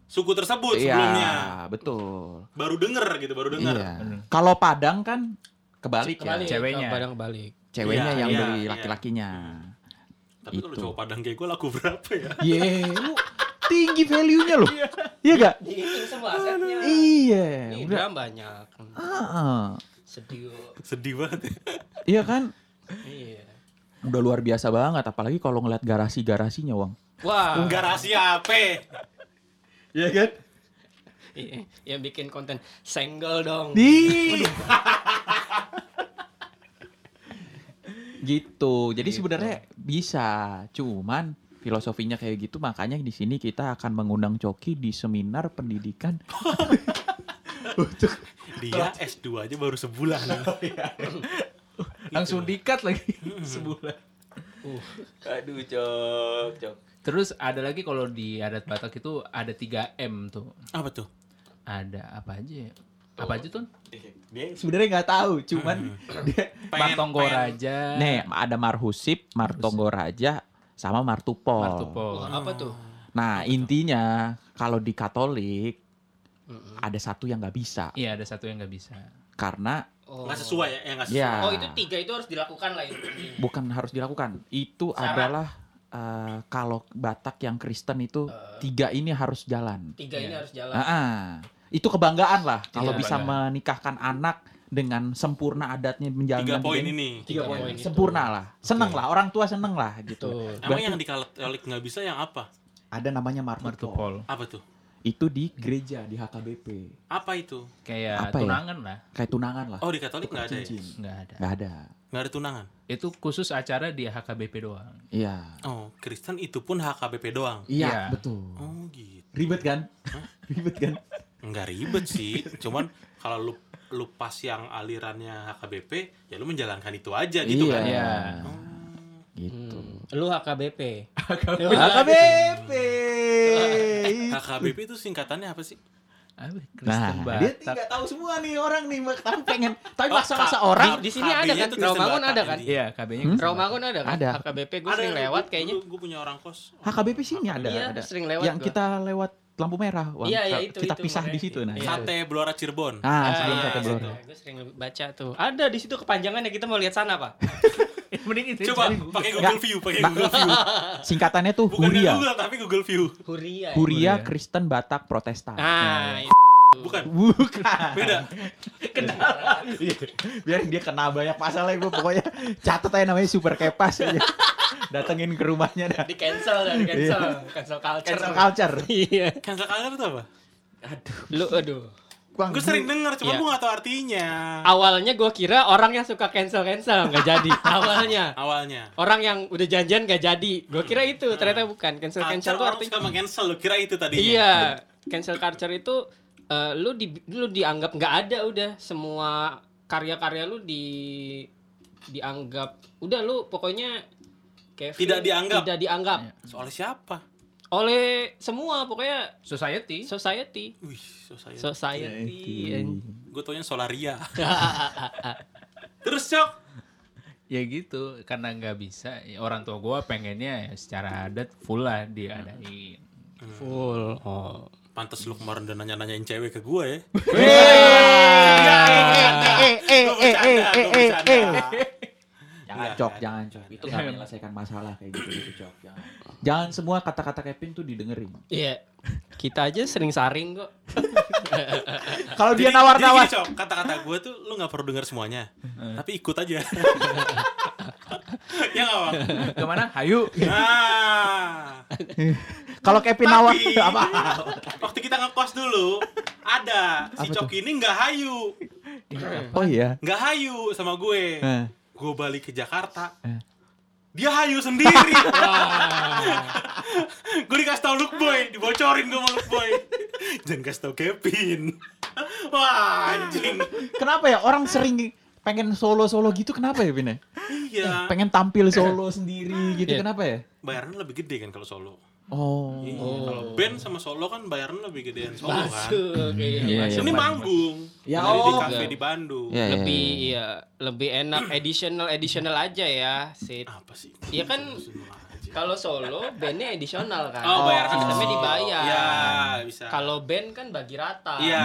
suku tersebut
Iya,
sebelumnya.
betul.
Baru denger gitu, baru denger.
Iya.
Bener.
Kalau Padang kan kebalik,
Kebalik,
ya.
ceweknya.
Kadang kebalik.
Ceweknya
Iya,
yang
iya,
beli
iya.
laki-lakinya.
Tapi kalau
Iya, Itu.
cowok Padang kayak gue laku berapa ya?
Ye, Iya, lu tinggi value-nya loh. Iya gak?
Dihitung semua asetnya.
Iya,
Ini
udah.
drum banyak.
Ah,
Sedih.
Sedih banget. ya.
Iya kan?
Iya.
Udah luar biasa banget apalagi kalau ngeliat garasi-garasinya, Wang. Ah.
Wah.
Enggak rahasia apa?
Iya kan?
Iya, Yang bikin konten senggol dong.
Di. gitu. Jadi sebenarnya bisa, cuman filosofinya kayak gitu makanya di sini kita akan mengundang Coki di seminar pendidikan
Dia S2 aja baru sebulan.
Langsung dikat lagi sebulan.
Aduh, Cok, Cok.
Terus ada lagi kalau di adat Batak itu ada 3M tuh.
Apa tuh?
Ada apa aja ya? Apa aja tuh?
Dia
Sebenarnya nggak tahu, cuman dia
Pengen-
Martonggoraja.
Hmm. Nih, ada Marhusip, Martonggoraja, sama Martupol.
Martupol.
Apa tuh?
Nah, intinya kalau di Katolik
Mm-mm.
ada satu yang nggak bisa
Iya ada satu yang nggak bisa.
karena
Oh.
Nggak sesuai ya? Ya nggak sesuai.
Ya.
Oh itu tiga itu harus dilakukan lah itu.
bukan harus dilakukan. Itu
Syarat.
adalah eh, kalau Batak yang Kristen itu
Eh.
tiga ini harus jalan.
Tiga ini
Iya.
harus jalan.
Ah, ah. itu kebanggaan lah kalau
Iya,
bisa
kebanggaan.
menikahkan anak dengan sempurna adatnya
Tiga
menjalankan
poin
tiga-
ini.
Tiga
Tiga
poin
poin
itu.
sempurna lah, seneng lah orang tua seneng lah gitu.
Betul.
Emang yang di Katolik nggak bisa yang apa?
Ada namanya Martupol.
Martupol.
Apa tuh?
Itu di gereja di HKBP
Apa itu?
Kayak
Apa ya?
tunangan lah.
kayak tunangan lah.
Oh di Katolik nggak ada ya?
Cincin.
Nggak ada.
Nggak ada.
Nggak ada tunangan?
Itu khusus acara di HKBP doang.
Iya.
Oh Kristen itu pun HKBP doang?
Iya,
Iya.
betul.
Oh gitu.
Ribet kan? Ribet kan?
Nggak ribet sih. Cuman kalau lu lu pas yang alirannya HKBP, ya lu menjalankan itu aja gitu
iya.
kan?
Iya.
Oh.
Gitu.
Hmm. Lu HKBP.
HKBP.
HKBP itu singkatannya apa sih?
Apa? Kristen
Nah, dia
Batak.
nggak tahu semua nih orang nih, Mak. tapi pengen tapi
Oh,
maksa-maksa
Kak-
orang.
Di- di sini ada
KB-nya
kan?
tuh Kristen
Rawamangun
Batak
ada kan?
ini.
Iya, KB-nya.
Hmm?
Kristen Batak.
Rawamangun ada kan?
Ada.
HKBP gue sering lewat kayaknya.
Gue punya orang kos.
HKBP sini ada,
Iya,
ada.
sering lewat
Yang
gua.
kita lewat lampu merah. Wah,
Iya, iya,
kita-
itu,
kita
itu,
pisah di
makanya.
situ nah.
Iya.
Sate Blora Cirebon.
Ah, sebelum
Ah,
kata
iya,
belum.
iya.
Gue sering baca tuh. Ada di situ kepanjangannya kita mau lihat sana, Pak.
Mending itu
Coba
cari.
pakai Google View, pakai Google View.
iya.
Singkatannya tuh
Bukan
Huria.
Google tapi Google View.
Huria. ya?
Huria Iya.
Huria.
Kristen Batak Protestan.
Nah, itu.
Bukan.
Bukan.
Beda.
Biar dia kena banyak masalah gue pokoknya catat aja namanya super kepas aja. Datengin ke rumahnya dah.
di cancel dan cancel, cancel culture.
Iya. Cancel culture.
Iya.
Cancel culture itu apa?
Lu aduh.
Bang,
Gue sering denger, cuma
Iya.
gue gak tau artinya.
Awalnya gue kira orang yang suka cancel cancel nggak jadi. Awalnya.
Awalnya.
Orang yang udah janjian gak jadi. Gue kira itu, ternyata bukan. Cancel cancel
Culture
tuh
orang
artinya
suka meng-cancel, lu kira itu tadinya.
Iya, cancel culture itu eh, lu di lu dianggap nggak ada udah semua karya-karya lu di dianggap udah lu pokoknya Kevin
Tidak dianggap.
tidak dianggap
Soalnya siapa?
oleh semua pokoknya
Society.
society
Wih, sosai.
society
gue taunya Solaria. Terus, Cok.
Ya gitu, karena nggak bisa. ya orang tua gua pengennya ya secara adat full lah diadain.
full oh
Pantes lu kemarin udah nanya-nanyain cewek ke gue ya.
Eh, eh,
Gua
eh, eh,
bercanda,
eh,
gua
eh,
bercanda.
eh. Jangan
Iya,
cok,
kan?
jangan cok. Itu nggak menyelesaikan masalah kayak gitu, gitu cok. Jangan. Jangan semua kata-kata Kevin tuh didengerin.
Nah,
iya kita aja sering saring kok
Kalau dia
Jadi-
nawar-nawar,
jadi gini, Cok, kata-kata gue tuh lu nggak perlu dengar semuanya,
Eh.
tapi ikut aja. ya nggak Bang?
Kemana? Hayu.
Iya.
Nah,
kalau Kevin nawar
Tapi-
apa?
waktu kita ngekos dulu ada si
Apa
Cok ini nggak hayu,
Oh iya.
nggak hayu sama gue.
Eh.
Gue balik ke Jakarta,
Eh.
dia hayu sendiri. gue dikasih tau Luke Boy, dibocorin gue sama Luke Boy. Jangan kasih tau Kevin. Wah anjing.
Kenapa ya orang sering pengen solo-solo gitu kenapa ya Vin? ya?
Iya.
Pengen tampil solo
Nah,
sendiri gitu
Iya.
kenapa ya?
Bayarannya lebih gede kan kalau solo.
Oh.
Iya, Kalau band sama solo kan bayarannya lebih gedean solo kan.
masuk iya,
Iya,
masuk.
Ini manggung.
Ya,
Dari di
oh.
kafe di Bandung.
Iya, iya,
lebih
iya.
iya lebih enak additional additional aja ya sit
Apa sih?
Iya kan,
Semua aja.
Kalau solo bandnya additional kan.
Oh, bayar kan
Sistemnya dibayar.
Ya, bisa.
Kalau band kan bagi rata.
Iya.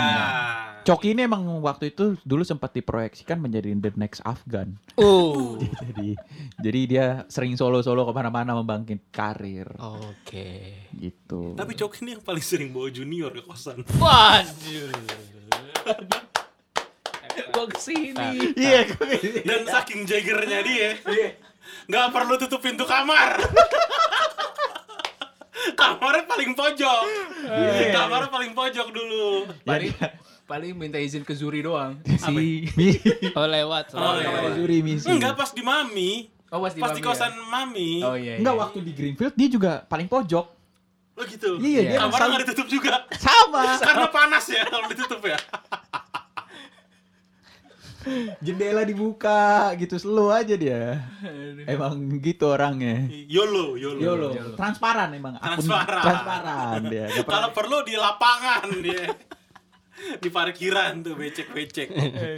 Coki ini emang waktu itu dulu sempat diproyeksikan menjadi the next Afgan.
Uh.
jadi jadi dia sering solo-solo kemana-mana membangkit karir
Oke.
gitu
Tapi Cok ini yang paling sering bawa junior ke kosan.
Waduh.
Gua kesini.
iya
Dan saking jagernya dia, nggak perlu tutup pintu kamar. Kamarnya paling pojok. Kamarnya paling pojok dulu.
Paling, paling minta izin ke Zuri doang.
si
Oh lewat.
Oh,
lewat.
lewat.
Zuri misi
Enggak pas di mami. ya.
Oh, pasti
Pas di kosan mami.
Oh iya.
Enggak
iya.
waktu di Greenfield dia juga paling pojok
Oh gitu.
Iya,
dia
Kamarnya
sama-
nggak ditutup juga.
sama
Karena panas ya kalau ditutup ya.
jendela dibuka gitu slow aja dia emang gitu orangnya
Yolo, Yolo.
Yolo transparan emang akun
Transparan.
transparan dia Nggak pernah-
Kalau perlu di lapangan dia. di parkiran tuh becek-becek.
Eh,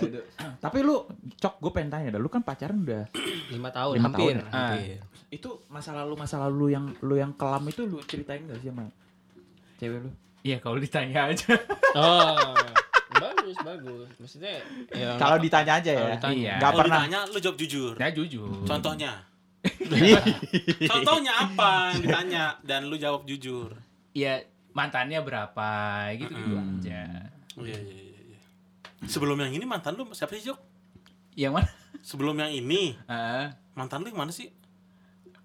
gitu. tapi lu cok gue pengen tanya dah lu kan pacaran udah
lima tahun
Lima
hampir,
tahun, ya?
ah.
hampir.
itu masa lalu masa lalu yang lu yang kelam itu lu ceritain gak sih sama cewek lu
Iya kalau ditanya aja.
Ah.
oh bagus bagus maksudnya ya,
kalau ditanya aja ya
Kalau ditanya.
Iya.
nggak
Kalau
pernah
ditanya lu jawab jujur.
Ya jujur.
Contohnya. Contohnya apa yang ditanya dan lu jawab jujur.
Ya mantannya berapa gitu gitu aja.
Oh, iya, iya, iya, iya. Sebelum yang ini mantan lu siapa sih, Jok?
Yang Iya, mana?
Sebelum yang ini,
Ah,
mantan lu yang mana sih?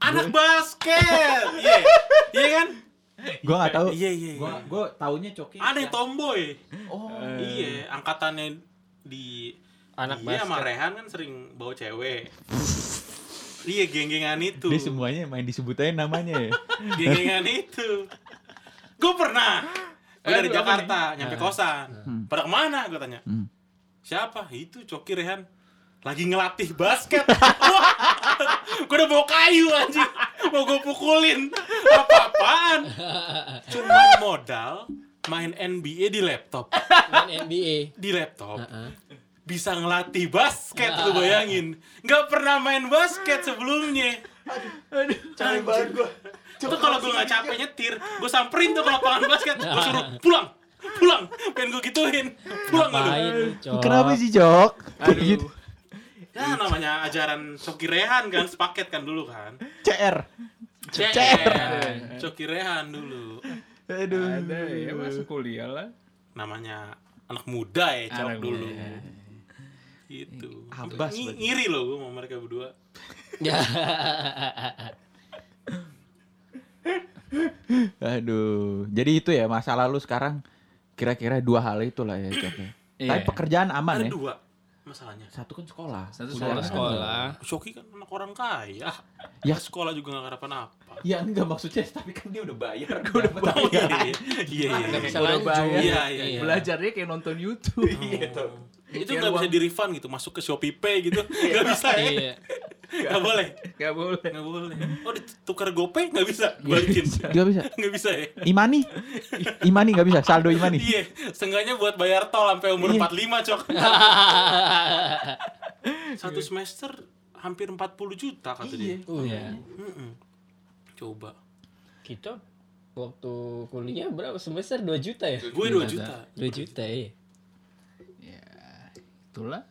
Anak basket. Iya. Iya kan?
gue nggak tahu
Iya, iya,
gue
iya.
gue taunya coki
Ada yang tomboy.
oh
Iya, angkatannya di
anak
dia sama
basket
Rehan kan sering bawa cewek. iya, geng-gengan itu.
dia semuanya main disebutin namanya ya
Geng-gengan itu. Gue pernah. Gue dari
Aduh, apa
Jakarta, nyampe kosan. Pada kemana? Gue tanya.
Hmm.
Siapa? Itu Coki Rehan. Lagi ngelatih basket. Wah, gue udah bawa kayu anjing. Mau gue pukulin. Apa-apaan. Cuman modal main NBA di laptop.
main NBA
Di laptop.
Heeh.
Bisa ngelatih basket, lu bayangin. Nggak pernah main basket sebelumnya.
cari banget gue
Itu kalau gue gak capek nyetir, gue samperin tuh ke lapangan basket, gue suruh pulang, pulang, pengen gue gituin, pulang
main
lu.
cok
kenapa sih cok Kayak
aduh.
gitu.
Ya namanya ajaran Coki Rehan kan, sepaket kan dulu kan.
cr
CR, Coki Rehan dulu.
aduh
Ada ya masuk kuliah lah.
Namanya anak muda ya, cok
Anak
dulu.
muda.
Gitu.
Abas
Ngi-
berarti.
ngiri loh gue sama mereka berdua.
ya
aduh jadi itu ya masa lalu sekarang kira-kira dua hal itulah ya cok ya. tapi
Iya.
pekerjaan
Ada
aman ya
dua masalahnya.
satu kan sekolah
Satu
Udah kan?
sekolah.
sekolah
Coki kan anak orang kaya.
Ya.
Ya. Sekolah juga gak kenapa-napa.
ya enggak maksudnya tapi kan dia udah bayar gue udah
Oh iya, iya, iya. iya.
nggak bisa ya.
Udah
lanjut
bayar.
Iya, iya, iya. Gitu.
Belajarnya kayak nonton YouTube.
itu
Biar
nggak bisa
uang-
di refund gitu masuk ke Shopee Pay gitu nggak bisa ya
iya
nggak boleh
Gak boleh.
nggak boleh oh ditukar GoPay nggak bisa balikin
Gak bisa.
nggak bisa ya
Imani. Imani gak bisa. Saldo Imani.
iya seenggaknya buat bayar tol sampai umur
Iya.
45 cok satu semester hampir 40 juta kata dia
Iya.
Mm-mm. coba
kita waktu kuliah berapa semester 2 juta ya
gue 2 juta
2 juta iya
Itulah.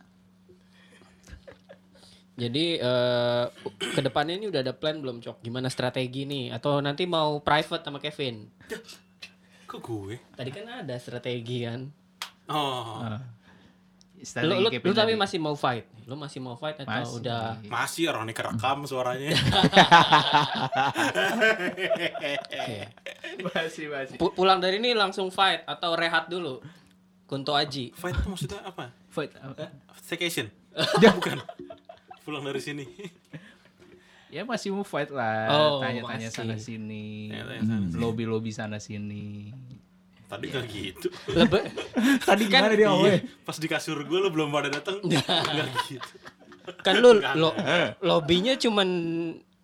Jadi eh kedepannya ini udah ada plan belum cok? Gimana strategi nih? Atau nanti mau private sama Kevin?
kok gue
Tadi kan ada strategi kan.
oh
Strategi
Lu, lu,
Kevin
lu tapi
tadi.
masih mau fight? Lu masih mau fight atau
Masih.
udah?
masih orang ini kerekam suaranya
Oke.
masih masih.
Pu- Pulang dari ini langsung fight atau rehat dulu? Kunto Aji.
fight tuh maksudnya apa
Fight.
staycation bukan pulang dari sini
Ya masih mau fight lah.
Oh,
Tanya-tanya
masih.
sana sini.
Tanya-tanya sana sini.
Lobby-lobby sana sini.
Tadi gak gitu.
Lebe
Tadi
Kan
gimana dia
Iya,
ngomongnya?
pas di kasur gue lu belum pada datang. Enggak gitu.
kan lu lo lobinya cuman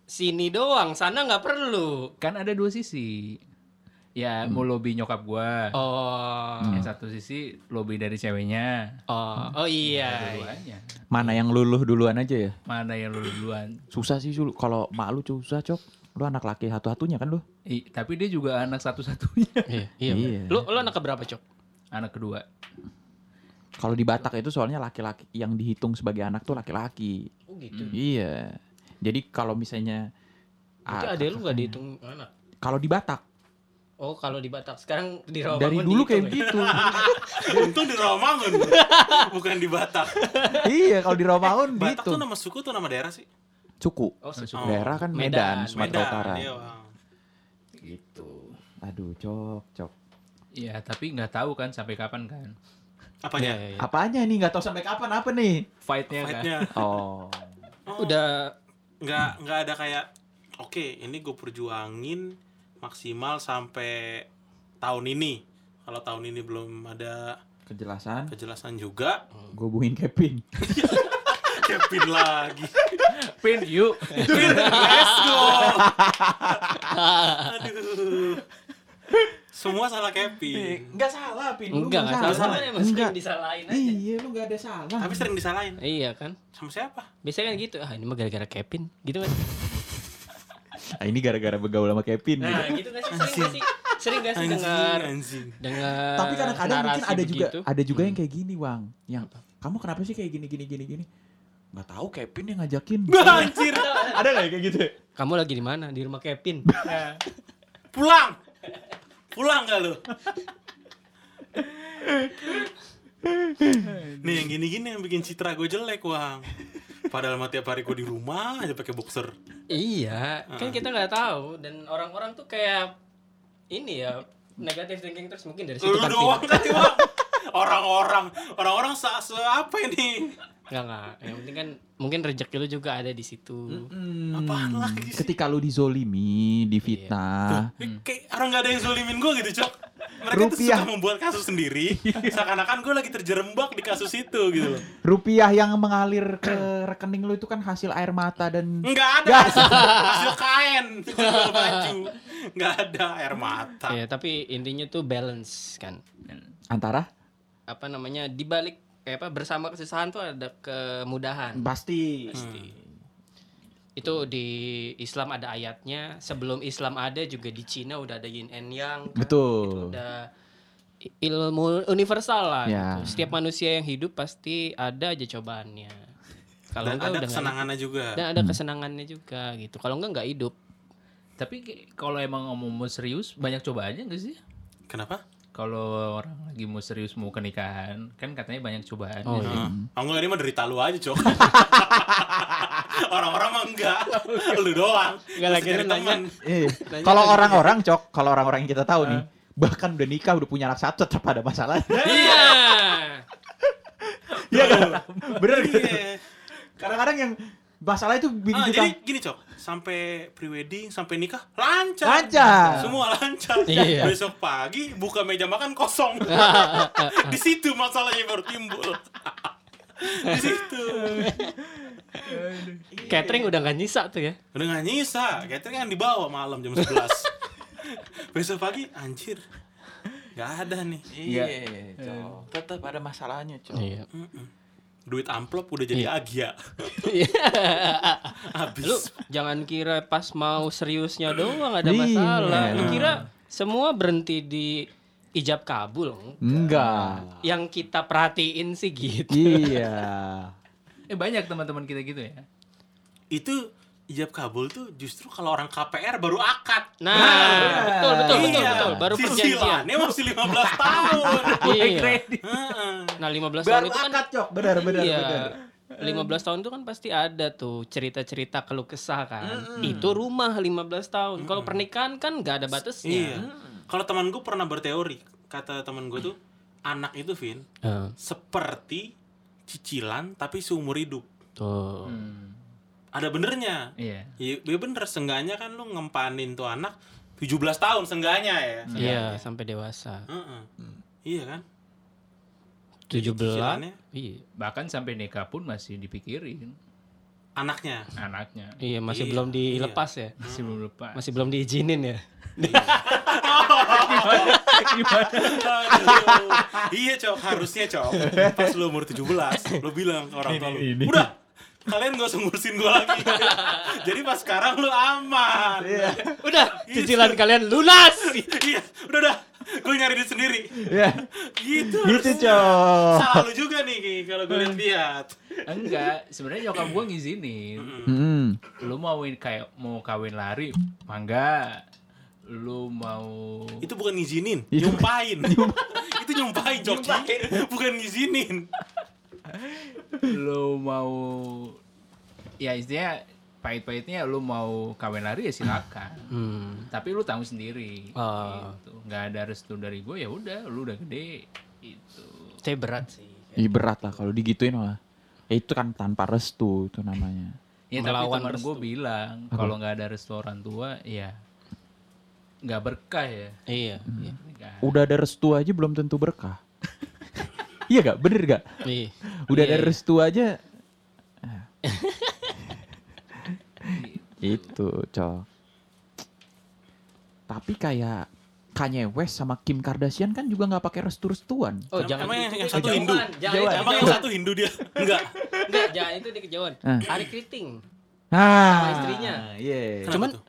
sini doang, sana nggak perlu.
Kan ada dua sisi. Ya mau lobby nyokap gua.
Oh.
Ya, satu sisi lobby dari ceweknya.
Oh, oh iya.
Keduanya.
Mana yang luluh duluan aja ya?
Mana yang lu duluan?
Susah sih dulu. Kalau mak lu susah, Cok. Lu anak laki satu-satunya kan lu?
I- tapi dia juga anak satu-satunya.
Iya. iya.
Iya.
Lu lu anak keberapa, Cok?
anak kedua.
Kalau di Batak itu soalnya laki-laki yang dihitung sebagai anak tuh laki-laki.
Oh gitu.
Iya. Jadi kalau misalnya
Itu
ah,
ada lu nggak dihitung anak?
kalau di Batak
Oh kalau di Batak sekarang di Rawamangun
dari
dihitung
dulu kayak
ya?
gitu.
Untung di Romangun. Bukan di Batak.
iya, kalau di
Eh,
Romaun
Batak
gitu.
tuh nama suku tuh nama daerah sih.
Cuku.
Oh, susu.
Oh.
Daerah kan Medan,
Medan,
Sumatera Utara.
iya, Bang.
Gitu. Aduh, Cok, Cok.
Ya, tapi nggak tahu kan sampai kapan kan.
Iya,
Apanya?
iya, iya.
Apanya nih? Nggak tahu sampai kapan apa nih?
Fight-nya kan.
Fightnya.
Oh.
Oh,
Udah
nggak nggak ada kayak oke ini gue perjuangin maksimal sampai tahun ini. Kalau tahun ini belum ada
kejelasan
Kejelasan juga.
gue hubungin Kevin
Kevin lagi.
Pin yuk.
Let's go. Aduh. Semua salah Kevin.
Enggak salah Pin
Enggak,
Lu
enggak salah. ya,
salah.
Emang sering
Enggak.
disalahin aja.
iya lu nggak ada salah
Tapi sering disalahin.
Iya kan?
Sama siapa?
Biasanya kan gitu. Ah, ini mah gara-gara Kevin. Gitu kan.
nah, ini gara-gara begaul sama Kevin gitu.
Nah, gitu gak sih? Sering gak sih? Sering gak sih
Iya. Anjing,
dengar
anjing.
dengar
tapi kadang-kadang mungkin
narasi
ada juga
begitu?
ada juga
Hmm.
yang kayak gini Wang yang kamu kenapa sih kayak gini gini gini gini nggak tahu Kevin yang ngajakin
Anjir.
ada nggak ya kayak gitu
Kamu lagi di mana? Di rumah Kevin.
Pulang. Pulang gak lu? Nih yang gini-gini yang bikin citra gue jelek, Wang. Padahal mah tiap hari gue di rumah aja pakai boxer.
Iya, kan
Ah.
kita nggak tahu dan orang-orang tuh kayak ini ya negatif thinking terus mungkin dari situ
Lu
kan Pin.
doang kan, Wang. Orang-orang, orang-orang sa se- apa ini?
nggak nggak. Yang penting kan mungkin rezeki lu juga ada di situ.
Apaan lagi sih?
Hmm.
Iya.
ketika lu dizolimi difitnah
Kayak orang gak ada yang zolimin gue gitu, Cok. Mereka tuh
Rupiah.
suka membuat kasus sendiri. Seakan-akan gue lagi terjerembak di kasus itu gitu loh.
rupiah yang mengalir ke rekening lu itu kan hasil air mata dan
Enggak ada hasil, hasil kain jual baju. Enggak ada air mata.
Ya, tapi intinya tuh balance kan.
antara
Apa namanya? Di balik kayak apa bersama kesusahan tuh ada kemudahan.
pasti
Itu di Islam ada ayatnya, sebelum Islam ada juga di Cina udah ada yin and yang. kan.
betul
udah i- ilmu universal lah
Ya.
gitu. Setiap manusia yang hidup pasti ada aja cobaannya. Kalau
Dan
enggak
ada
udah nggak
kesenangannya juga.
dan ada kesenangannya juga gitu. Kalau enggak nggak hidup.
Tapi kayak- kalau emang ngomong mau serius, banyak cobaannya nggak sih?
Kenapa?
Kalau orang lagi mau serius mau ke nikahan, kan katanya banyak cobaan.
Oh,
ya.
Heeh. Oh, enggak ini mah derita lu aja, Cok. Orang-orang mah enggak. Lu doang.
Enggak lagi
Terus
lu
nyari
nanya.
teman.
Eh, kalau orang-orang cok kalau orang-orang yang kita tahu nih bahkan udah nikah udah punya anak satu tetap ada masalah
Iya.
iya kan bener gitu
Iya.
kadang-kadang yang masalah itu bikin
Ah,
kita
jadi gini, Cok. Sampai prewedding, sampai nikah lancar.
Lancar.
Semua lancar.
Iya.
Besok pagi buka meja makan kosong. Di situ masalahnya baru timbul. Di situ.
Catering udah nggak nyisa tuh ya.
Udah gak nyisa, catering yang dibawa malam jam 11 Besok pagi, anjir Gak ada nih
Iya, cok. Tetap ada masalahnya, cok.
Iya.
Duit amplop udah jadi agia
Iya. Lu
Abis
jangan kira pas mau seriusnya doang ada
Iya.
masalah. Lu kira semua berhenti di ijab kabul.
Enggak.
Yang kita perhatiin sih gitu.
Iya.
Eh banyak teman-teman kita gitu ya.
Itu ijab kabul tuh justru kalau orang KPR baru akad
Nah, betul betul betul
Iya.
betul. Baru perjanjian.
Sisilannya masih 15 tahun
Iya.
Heeh.
Nah, 15 tahun
Baru
itu kan
akad, cok. Benar, benar,
iya.
benar.
15 tahun itu kan pasti ada tuh cerita-cerita keluh kesah kan. Itu rumah 15 tahun. Kalau pernikahan kan nggak ada
Iya
batasnya.
Kalau teman gue pernah berteori Kata teman gue tuh Anak itu, Vin
Nah,
Seperti cicilan tapi seumur hidup
tuh.
Hmm.
Ada benernya
Iya.
Iya ya bener, seenggaknya kan lu ngempanin tuh anak 17 tahun seenggaknya ya.
Iya, sampai dewasa.
Heeh. Iya kan?
17.
Cicilannya
Iya.
Bahkan sampai nikah pun masih dipikirin
anaknya.
anaknya.
Iya, masih
Iya,
belum
iya.
dilepas ya.
Masih belum lupa.
Masih belum diizinin ya.
Aduh. iya, Cok, harusnya, Cok. Pas lu umur 17, lu bilang ke orang tua lu, "Udah, kalian gak usah ngurusin gua lagi." Jadi pas sekarang lu aman. Iya.
Udah,
Iya.
cicilan kalian lunas.
udah udah. Gua nyari duit sendiri.
Iya.
Gitu.
Gitu,
harusnya.
cok.
Salah lu juga nih Ki, kalau gue lihat.
Enggak, sebenarnya nyokap gua ngizinin.
Hmm.
Lu mau win- kayak mau kawin lari, mangga. Lu mau
itu bukan ngizinin Iya.
Itu-
nyumpain itu nyumpain Joki bukan ngizinin
lu mau ya istilahnya pahit-pahitnya lu mau kawin lari ya silakan.
Hmm.
Tapi lu tanggung sendiri.
Ah.
Gitu. Nggak ada restu dari gua ya udah, lu udah gede. Gitu.
Tapi berat sih.
Ih, berat lah kalau digituin malah. Ya, itu kan tanpa restu itu namanya.
Ya tapi
Melawan
teman gue
restu.
bilang kalau nggak ada restoran tua ya nggak berkah ya.
Iya, iya.
Hmm.
Nggak.
Udah ada restu aja belum tentu berkah. Iya gak? Bener gak?
Nih. Iya,
Udah ada
iya.
restu aja. Ah. Itu, Cok. Tapi kayak Kanye West sama Kim Kardashian kan juga nggak pakai restu-restuan.
Oh,
Emang
jangan itu,
yang- yang
dia
satu
kejauhan.
Hindu?
Jangan,
Jawa.
itu
Emang yang
kejauhan.
satu Hindu dia? Enggak.
Enggak, jangan itu dia kejauhan.
Ah.
Ari Kriting.
Ah,
istrinya.
Iya.
Kenapa
Cuman
tuh?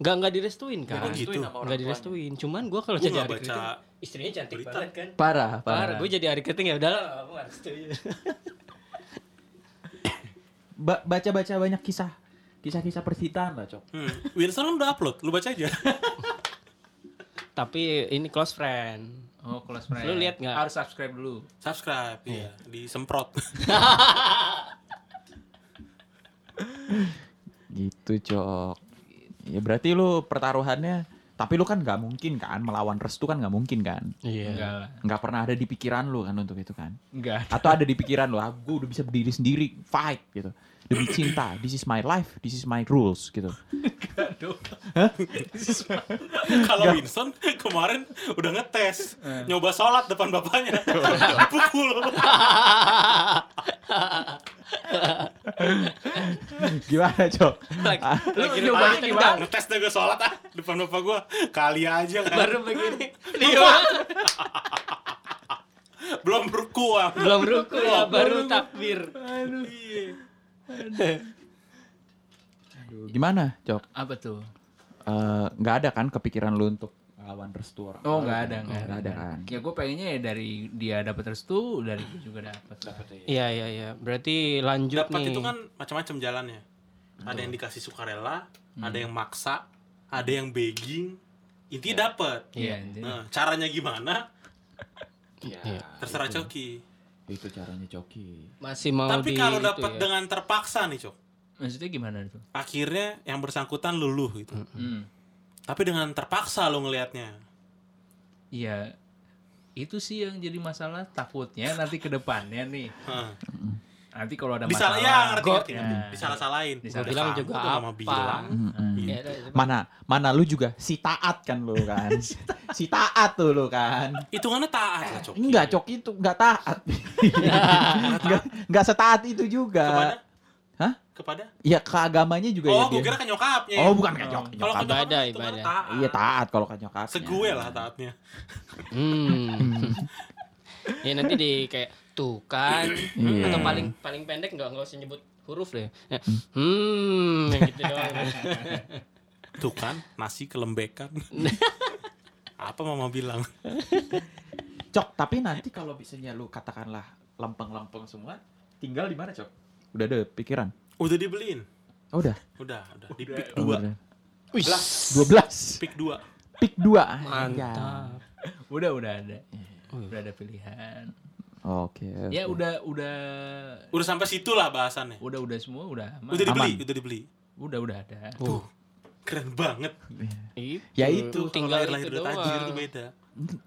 Enggak enggak direstuin kan.
Oh, gitu.
Enggak direstuin. Cuman gua kalau
Gua
jadi
nggak
Ari
baca
Kriting, istrinya cantik
berita.
banget kan.
Parah,
Parah,
parah.
gue jadi Ari Kriting ya udahlah, aku nggak restuin.
Ba- Baca-baca banyak kisah. Kisah-kisah percintaan lah, Cok.
Hmm. Winston kan udah upload, lu baca aja.
Tapi ini close friend.
Oh, kelas friend.
Lu lihat nggak?
Harus subscribe dulu.
Subscribe, iya. Disemprot.
Gitu, Cok. Ya berarti lu pertaruhannya tapi lu kan nggak mungkin kan melawan restu kan nggak mungkin kan
Enggak
Iya.
lah.
nggak pernah ada di pikiran lu kan untuk itu kan
Enggak.
atau ada di pikiran lo, ah, gue udah bisa berdiri sendiri, fight gitu. Demi cinta, this is my life, this is my rules gitu.
Kalau Winston kemarin udah ngetes,
Eh.
nyoba sholat depan bapaknya. Pukul.
Gimana, Cok?
Lagi,
Ah,
lagi
Lu
lagi
nyobain
tendang.
gimana?
Ngetes deh gue sholat ah depan bapak gue. Kali aja kan.
Baru begini. Lio.
Belum ah. berkuah.
Belum ruku ya, baru takbir.
Gimana, Cok?
Apa tuh?
Eh, Nggak ada kan kepikiran lu untuk lawan restu orang?
Oh, enggak ada,
Nggak
enggak
ada, kan?
Ya gue pengennya ya dari dia dapat restu, dari gue juga dapat.
Iya, iya, iya. Berarti lanjut
Dapat
nih.
itu kan macam-macam jalannya. Ada yang dikasih sukarela,
Hmm.
ada yang maksa, ada yang begging. Intinya dapat.
Iya,
Nah,
intinya.
caranya gimana?
Iya.
Ah,
Terserah Coki.
Itu caranya Coki.
Masih mau di
Tapi kalau
itu
dapat
Oh, ya.
dengan terpaksa nih, Cok.
Maksudnya gimana tuh?
Akhirnya yang bersangkutan luluh gitu.
Hmm.
Tapi dengan terpaksa lo ngelihatnya.
Iya. Itu sih yang jadi masalah takutnya nanti ke depannya nih.
Heeh.
Nanti kalau ada
Disalah
masalah.
ya ngerti
Gua-
ngerti, ngerti. Disalah-salahin.
Gua
Udah
Iya. bilang
kamu
juga
tuh nggak mau
apa.
bilang.
Ya,
Iya.
ada-
Mana mana lu juga si taat kan lu kan? si taat tuh lu kan.
Hitungannya taat lah, Cok.
Enggak, Cok itu enggak taat. Enggak enggak setaat itu
Kepada?
juga. Hah?
Kepada?
Ya ke agamanya juga
Oh,
ya
gue
dia.
kira ke nyokapnya.
Oh, bukan ke
Kalau
nyok-
ke
nyokap.
Ibadah,
nyokapnya hitungannya
ibadah.
taat.
Iya taat kalau ke nyokapnya.
Segue lah taatnya.
Hmm. ya nanti di kayak tuh kan
Iya.
atau paling paling pendek nggak nggak usah nyebut huruf deh. Ya, Hmm, yang gitu doang.
Tuh kan, nasi kelembekan. Apa mama bilang?
Cok, tapi nanti kalau misalnya lu katakanlah lempeng-lempeng semua, tinggal di mana, Cok? Udah ada pikiran.
Udah dibeliin.
Oh, udah.
Udah, udah. Di pick 2.
Wih,
12.
Pick 2.
Pick 2.
mantap.
Udah udah ada.
Oh, iya.
Udah ada pilihan.
Oke. oke.
Ya udah udah
Udah sampai situ lah bahasannya.
udah udah semua udah aman.
Udah dibeli,
Aman.
udah dibeli.
Udah udah ada.
Tuh. Keren banget.
Itu.
Ya itu,
Kalau
tinggal
lahir-lahir
itu
udah
doang.
tajir itu beda.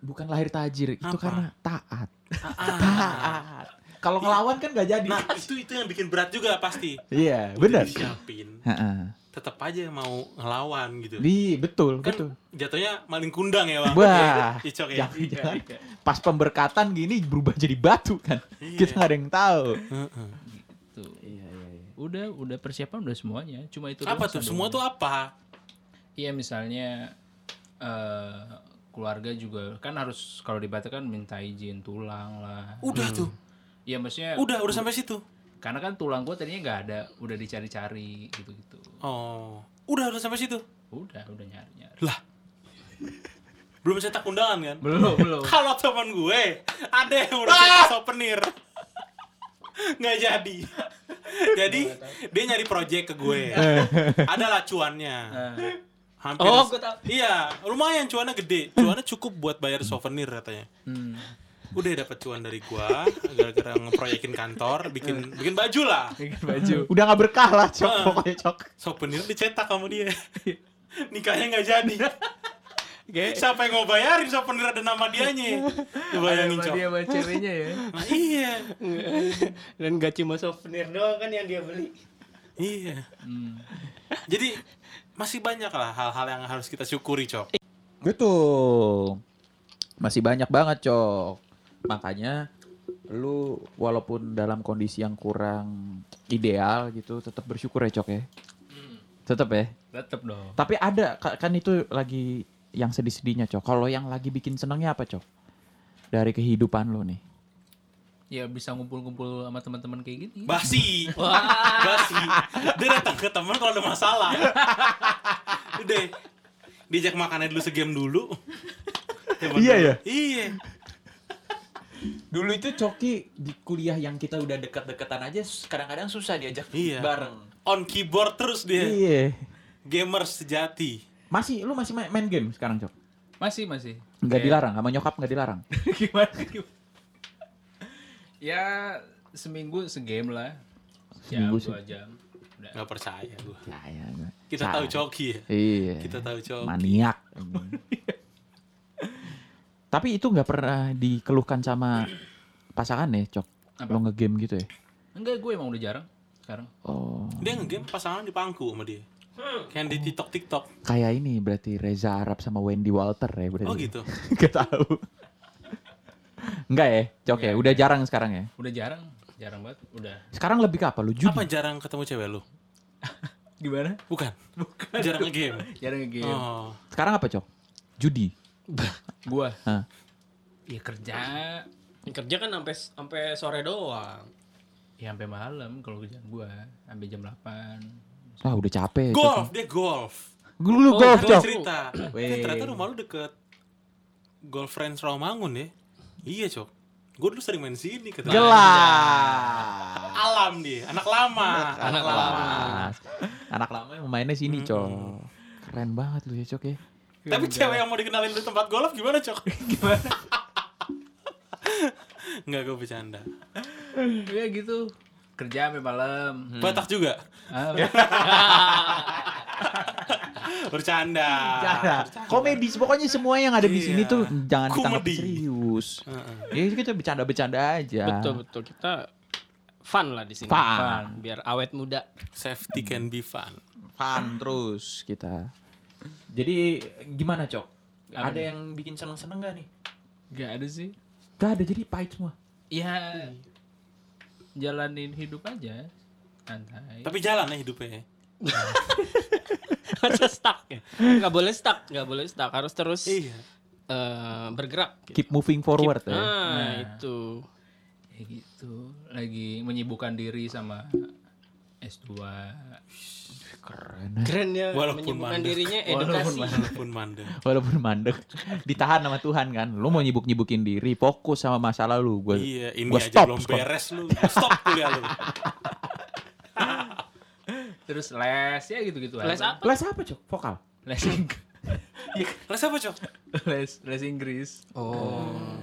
Bukan lahir tajir, itu
Apa? Ah,
karena taat. Taat. Kalau ngelawan kan gak jadi.
Nah, itu itu yang bikin berat juga pasti.
Iya,
Udah
benar.
Disiapin.
Heeh.
Tetap aja mau ngelawan gitu.
Di betul,
Kan
betul.
jatuhnya maling kundang ya, Bang.
Wah.
Icok ya.
Jangan-jangan pas pemberkatan gini berubah jadi batu kan.
Iya.
Kita nggak ada yang tahu.
Heeh.
Tuh.
Iya, iya, iya.
Udah udah persiapan udah semuanya. Cuma itu
Apa
doang
tuh?
satu
Semua tuh apa?
Iya misalnya eh keluarga juga kan harus kalau di Batak kan minta izin tulang lah.
Udah tuh.
Iya maksudnya
Udah, udah sampai situ.
karena kan tulang gua tadinya nggak ada, udah dicari-cari gitu-gitu.
Oh. Udah, udah sampai situ.
Udah udah nyari-nyari.
Lah. Belum cetak undangan kan?
Belum belum.
Kalau teman gue ada yang
Ah!
udah cetak souvenir. Nggak jadi. Jadi dia nyari project ke gue.
Eh.
Adalah cuannya.
Eh.
Hampir
Oh, gue tahu.
Iya, lumayan cuannya gede. Cuannya cukup buat bayar souvenir katanya.
Hmm.
Udah dapat cuan dari gua gara-gara ngeproyekin kantor, bikin bikin baju lah.
baju.
Udah nggak berkah lah, Cok.
Heeh.
Pokoknya, Cok.
Souvenir dicetak sama dia. Nikahnya nggak jadi.
Oke.
Siapa yang mau bayarin souvenir ada nama dianya? Lu bayangin, Cok.
sama ceweknya ya.
Nah, iya.
Dan gak cuma souvenir doang kan yang dia beli.
Iya. Jadi masih banyak lah hal-hal yang harus kita syukuri, Cok.
Betul. Masih banyak banget, Cok. Makanya lu walaupun dalam kondisi yang kurang ideal gitu tetap bersyukur ya cok ya
Hmm.
tetap ya
Tetep dong.
tapi ada ka- kan itu lagi yang sedih-sedihnya cok kalau yang lagi bikin senengnya apa cok dari kehidupan lu nih
Ya bisa ngumpul-ngumpul sama teman-teman kayak gini.
Basi. Basi. Dia datang ke teman kalau ada masalah. Udah. Diajak makannya dulu segem dulu. Teman
Iya,
dulu.
ya?
Iya.
dulu itu coki di kuliah yang kita udah dekat-dekatan aja sus- kadang-kadang susah diajak
Iya.
bareng
On keyboard terus dia.
iya
Gamer sejati.
masih lu masih main, main game sekarang cok
Masih, masih.
nggak
Iya.
Kayak-
dilarang sama nyokap nggak dilarang
gimana, gimana? Ya seminggu segame lah. Jam,
Seminggu
dua jam. Udah.
Gak percaya gua.
ya, ya, ya.
Kita
Sa-
tahu coki ya.
iya
iya, Kita tahu coki.
maniak tapi itu nggak pernah dikeluhkan sama pasangan ya cok
Apa?
lo ngegame gitu ya
Enggak, gue emang udah jarang sekarang.
oh
Dia nge-game pasangan di pangku sama dia. Kayak di TikTok-TikTok.
kayak ini berarti Reza Arab sama Wendy Walter ya berarti
Oh gitu.
Gak tahu. Enggak ya, Cok ya.
Nggak,
Udah jarang sekarang ya.
Udah jarang, jarang banget. Udah.
Sekarang lebih ke apa lu? Judi.
Apa jarang ketemu cewek lu?
Gimana?
Bukan. Bukan. Jarang nge-game.
Jarang ya, nge-game.
Oh.
Sekarang apa, Cok? Judi.
Gua.
Hah.
Ya kerja.
kerja kan sampai sampai sore doang
Ya sampai malam kalau kerjaan gua, sampai jam 8.
Wah, udah capek. Cok.
Golf, dia golf.
Gua- Lu
Oh,
golf,
golf.
Gue
Cok.
cerita.
Weh.
Kan ternyata rumah lu deket girlfriend Rawamangun ya. Iya, Cok. Gue dulu sering main sini kata.
Jelas.
Alam dia, anak lama.
anak lama.
Jelas. Anak lama yang mainnya sini,
Hmm.
Cok. Keren banget lu ya, Cok ya.
Tapi cewek yang mau dikenalin di tempat golf gimana, Cok? gimana? Enggak, gue bercanda.
Ya gitu. Kerja
Hmm.
sampai malam.
Batak juga.
Ah,
Bercanda.
Cara. Ah, Komedi, pokoknya semua yang ada
Ya,
di
Iya.
sini tuh jangan ditangkap
Komedi.
serius. Ya kita bercanda-bercanda aja.
betul betul kita fun lah di sini
Fun.
biar awet muda
Safety can be fun.
fun terus kita. Jadi gimana cok?
Apa
ada
nih?
yang bikin seneng-seneng gak nih?
Gak ada sih.
Gak ada jadi pahit semua.
Ya jalanin hidup aja. Santai.
Tapi jalan ya hidupnya.
masa stuck ya nggak boleh stuck nggak boleh stuck harus terus
Iya.
eh, bergerak gitu.
Keep moving forward
Keep-
ya.
ah,
Nah.
itu
Ya gitu, lagi menyibukkan diri sama S2.
Keren.
keren ya
Walaupun
menyibukkan
mandek.
dirinya
Walaupun
edukasi
mandek.
Walaupun mandek.
Walaupun mandek, ditahan sama Tuhan kan. Lu mau nyibuk-nyibukin diri, fokus sama masa lalu. Gua
Iya, ini
gua
aja
stop,
belum
stop.
beres lu. Stop kuliah lu.
Terus les ya gitu-gitu
les
aja.
apa
Les apa cok? Vokal.
Les Ing- Ya.
Les apa, Cok?
les les Inggris.
oh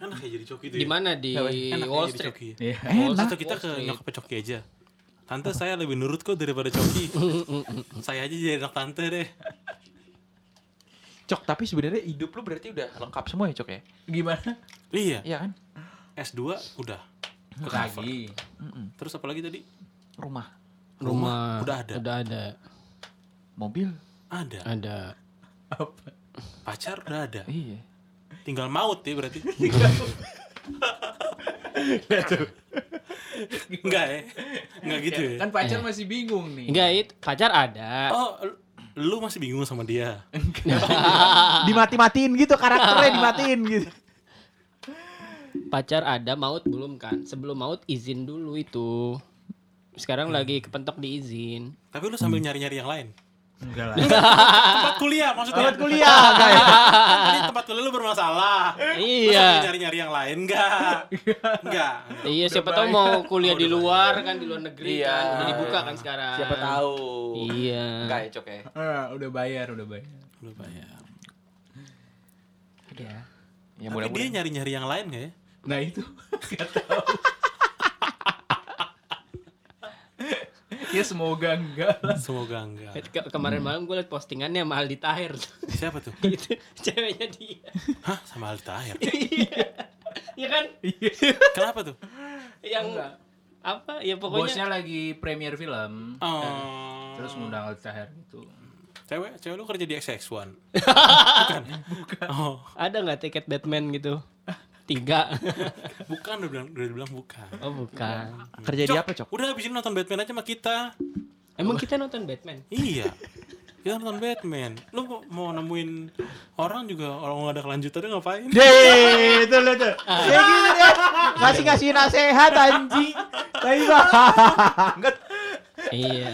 Enak ya jadi coki itu. ya.
di mana di
Enak ya
Wall
jadi
Street
coki.
Iya.
Enak.
Enak.
kita ke
Wall Street.
nyokap coki aja. Tante saya lebih nurut kok daripada coki. saya aja jadi anak tante deh.
Cok tapi sebenarnya hidup lu berarti udah lengkap semua ya cok ya?
Gimana?
Iya,
Iya kan?
S2 udah. Ke cover.
Lagi.
Mm-mm.
Terus apa lagi tadi?
Rumah,
rumah
udah ada.
udah ada Eh.
mobil,
Ada.
ada
Apa?
Pacar udah ada.
iya.
Tinggal maut ya berarti. Enggak ya? Enggak gitu ya?
Kan pacar masih bingung nih.
enggak itu pacar ada
Oh, lu- lu masih bingung sama dia?
Dimati-matiin gitu karakternya dimatiin gitu.
pacar ada maut belum kan sebelum maut izin dulu itu sekarang lagi kepentok di izin
Tapi lu sambil nyari-nyari yang lain.
Enggak lah.
Tempat kuliah maksudnya.
Tempat kuliah guys.
Kan tadi tempat kuliah lu bermasalah. Lu
Iya.
sambil nyari-nyari yang lain enggak? Enggak.
Iya, siapa tahu mau kuliah di luar kan di luar negeri kan udah dibuka kan sekarang.
Siapa tahu.
Iya.
Enggak ya cok ya?
Ah, udah bayar, udah bayar.
Lu bayar.
Ya.
Ya
Tapi dia nyari-nyari yang lain enggak ya?
Nah itu. Gak tahu. ya semoga enggak lah.
Semoga enggak.
Eh, Ke- kemarin malam gue liat postingannya sama Aldi Tahir
Siapa tuh?
gitu ceweknya dia
Hah, sama Aldi Tahir.
ya kan
Kenapa tuh?
yang apa ya pokoknya
Bosnya lagi premier film.
Oh.
Terus ngundang Aldi Tahir gitu.
Cewek, cewek lu kerja di XX1. Bukan. Oh.
ada nggak tiket Batman gitu Tiga.
Bukan udah bilang udah bilang bukan.
Oh bukan.
Kerja di apa, Cok?
Udah abis ini nonton Batman aja sama kita.
Emang kita nonton Batman?
Iya. Kita nonton Batman. Lu mau, mau nemuin orang juga orang nggak ada kelanjutannya ngapain?
Deh, itu lo tuh. Ya gitu dia. Masih ngasih nasehat anjing. Tapi banget.
iya.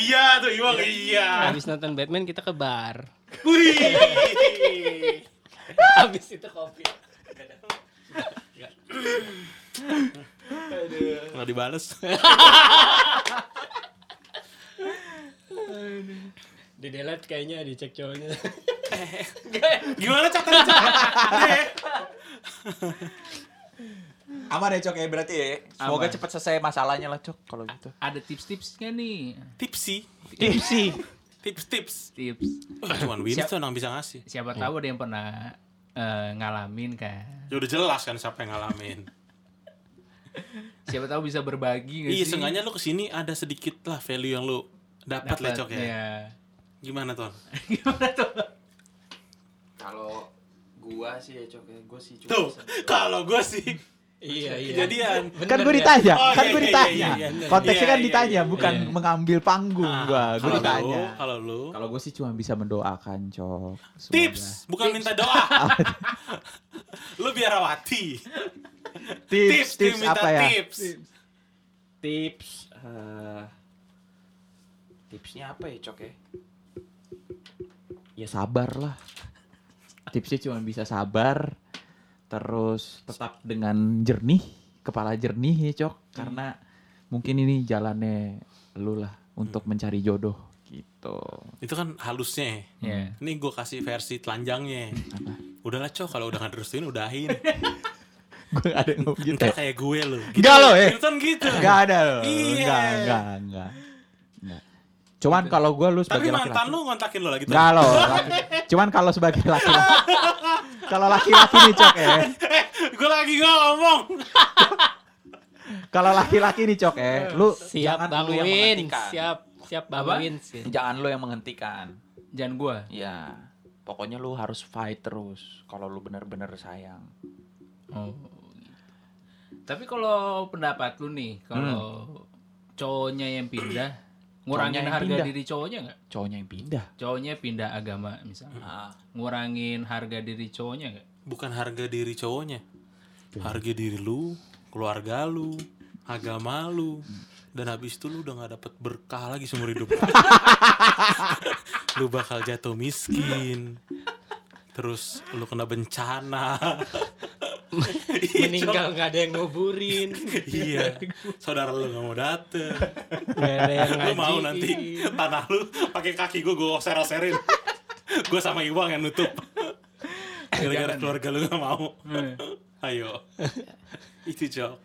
iya tuh Iwang iya.
Habis nonton Batman kita ke bar.
Wih.
Habis itu kopi.
Nggak dibales.
Di delete kayaknya dicek cowoknya.
Gimana cak tadi cak?
Aman ya, Cok ya berarti ya. Semoga
Aman.
cepat selesai masalahnya lah, Cok, kalau gitu.
Ada tips-tipsnya nih.
Tipsy.
Tipsi.
Tips tips. Oh,
Tips. Iya.
Wah, cuman Winston yang bisa ngasih.
Siapa tahu ada yang pernah eh, ngalamin kan.
Ya udah jelas kan siapa yang ngalamin.
Siapa tahu bisa berbagi nggak
iya,
sih?
sengaja lu kesini ada sedikit lah value yang lu dapat
Dapat,
lecok ya.
iya.
Gimana ton?
Gimana tuh?
Kalau gua sih ya Cok, ya, gua sih cuma
Tuh,
bisa-
kalau gue sih
iya iya.
kejadian.
Bener
Kan gue
ya?
ditanya,
Oh,
kan
iya,
gue
iya,
ditanya.
iya, iya.
Konteksnya
Iya,
kan
iya,
ditanya,
iya.
bukan
Iya.
mengambil panggung
Ah,
gua. Gue
kalau lu-
ditanya.
Kalau lu
Kalau gue sih cuma bisa mendoakan, Cok. Semoga.
tips, bukan minta doa. lu biarawati.
Tips,
dia
tips
minta
apa ya?
Tips.
tips eh, tipsnya apa ya Cok ya?
Ya sabar lah. Tipsnya cuma bisa sabar. Terus tetap dengan jernih, kepala jernih ya, Cok. Karena mungkin ini jalannya lu lah untuk mencari jodoh gitu.
Itu kan halusnya.
Iya.
Ini gue kasih versi telanjangnya. Udahlah cok, kalau udah nggak terusin udahin.
Gue gak ada yang ngomong gitu.
Ntar kayak gue lu.
Enggak lo, eh.
Winston gitu.
Enggak ada lo.
Iya.
Enggak, enggak, enggak. Enggak. Cuman kalau gue lu
Tapi
Sebagai
mantan
laki-laki.
lu gitu. ngontakin lu lagi tuh.
Enggak lo. laki- Cuman kalau sebagai laki-laki. kalau laki-laki nih, Cok ya.
gue lagi ngomong.
Kalau laki-laki nih, Cok ya. Lu
Siap
jangan
Bang
lu yang Iya,
Win,
menghentikan.
siap siap Bang
Apa?
Win sih.
Jangan lo yang menghentikan.
Jangan gua.
Ya, pokoknya lu harus fight terus kalau lu benar-benar sayang.
Oh. Tapi kalau pendapat lu nih, kalau cowoknya yang pindah, ngurangin
yang
harga
pindah.
diri cowoknya nggak?
Cowoknya yang pindah.
Cowoknya pindah agama
Hmm.
misalnya,
Ah.
ngurangin harga diri cowoknya nggak?
Bukan harga diri cowoknya. Harga diri lu, keluarga lu, agama lu. Dan habis itu lu udah gak dapet berkah lagi seumur hidup. lu bakal jatuh miskin. Terus lu kena bencana. Iya, Cok.
Meninggal nggak ada yang nguburin.
Iya. Saudara lu gak mau dateng.
Nggak ada yang
lu mau
ngajiin.
nanti tanah lu pakai kaki gue gue oser-oserin. gue sama Iwang yang nutup. Gara-gara keluarga lu gak mau. Ayo. Itu jok.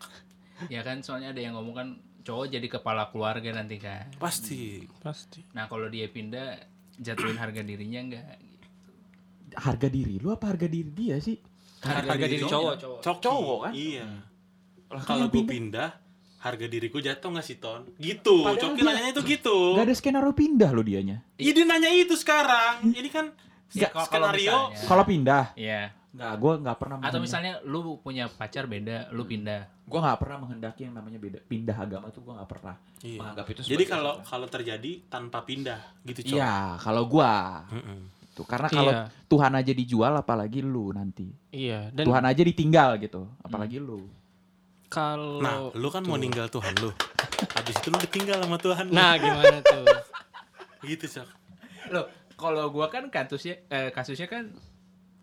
Ya kan soalnya ada yang ngomong kan cowok jadi kepala keluarga nanti kan.
Pasti. Pasti.
Nah kalau dia pindah jatuhin harga dirinya nggak?
harga diri lu apa harga diri dia sih?
Harga, diri cowok, cowok.
Cok
Cowok kan?
Iya. Kalau gue pindah, harga diriku jatuh gak sih Ton? Gitu. Coki nanyanya itu gitu.
Gak ada skenario pindah lo dianya.
Ini dia nanya itu sekarang. Ini kan
Ya, kalau- kalau
skenario.
misalnya-
Kalau pindah,
Ya.
nggak gue nggak pernah.
Atau
menghendak-
misalnya lu punya pacar beda, lu pindah.
gue nggak pernah menghendaki yang namanya beda pindah agama tuh gue nggak pernah.
Iya.
Menganggap itu
Jadi
sebagai
kalau
salah.
kalau terjadi tanpa pindah gitu cok.
Iya, kalau gue
Mm-mm.
tuh karena kalau
Iya.
Tuhan aja dijual apalagi lu nanti.
Iya, dan
Tuhan aja ditinggal gitu, apalagi
Hmm.
lu.
kalau
Nah, lu kan mau ninggal Tuhan lu. Habis itu lu ditinggal sama Tuhan. lu.
Nah, gimana tuh?
gitu, Cok.
Loh, kalau gua kan kasusnya eh, kasusnya kan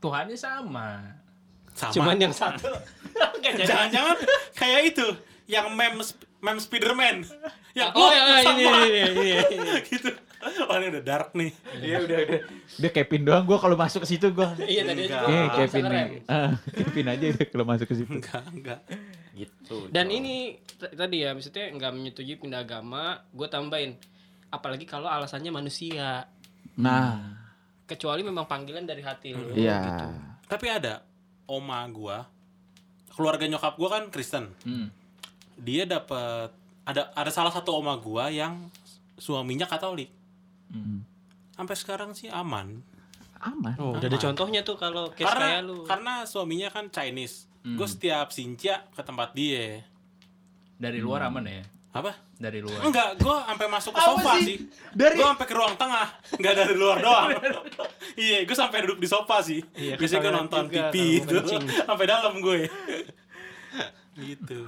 Tuhannya sama.
Sama. Eh,
Cuman yang satu. Nggak jadi.
jangan-jangan kayak itu yang mem mem Spiderman. Yang
Oh,
"Wah,
ya, ya, ini,
sama."
ini, ini, ini.
gitu. Oh, ini udah dark nih.
Iya udah udah.
Dia Kevin doang, gue kalau masuk ke situ gue.
Iya tadi aja
Enggak.
gua
Eh,
salah
Kevin nih.
rem.
Eh, Kevin aja kalau masuk ke situ.
Enggak, enggak.
Gitu.
Dan
Cok.
ini t- tadi ya maksudnya nggak menyetujui pindah agama, gue tambahin apalagi kalau alasannya manusia
Nah,
kecuali memang panggilan dari hati lu.
iya.
Tapi ada oma gua, keluarga nyokap gua kan Kristen.
Hmm.
Dia dapat ada ada salah satu oma gua yang suaminya Katolik.
Hmm.
Sampai sekarang sih aman.
Aman.
Oh, udah ada contohnya tuh kalau case
karena
kayak lu. Hmm.
karena suaminya kan Chinese Gue setiap Sinca ke tempat dia.
Dari luar aman ya?
Apa?
Dari luar.
Enggak, gue sampai masuk ke sofa sih. Dari... Gue sampai ke ruang tengah, nggak dari luar doang. iya, gue sampai duduk di sofa sih.
Iya, ke
Biasanya gue
toilet
nonton
juga
TV
kalau
gitu.
mau kencing.
sampai dalam gue. gitu.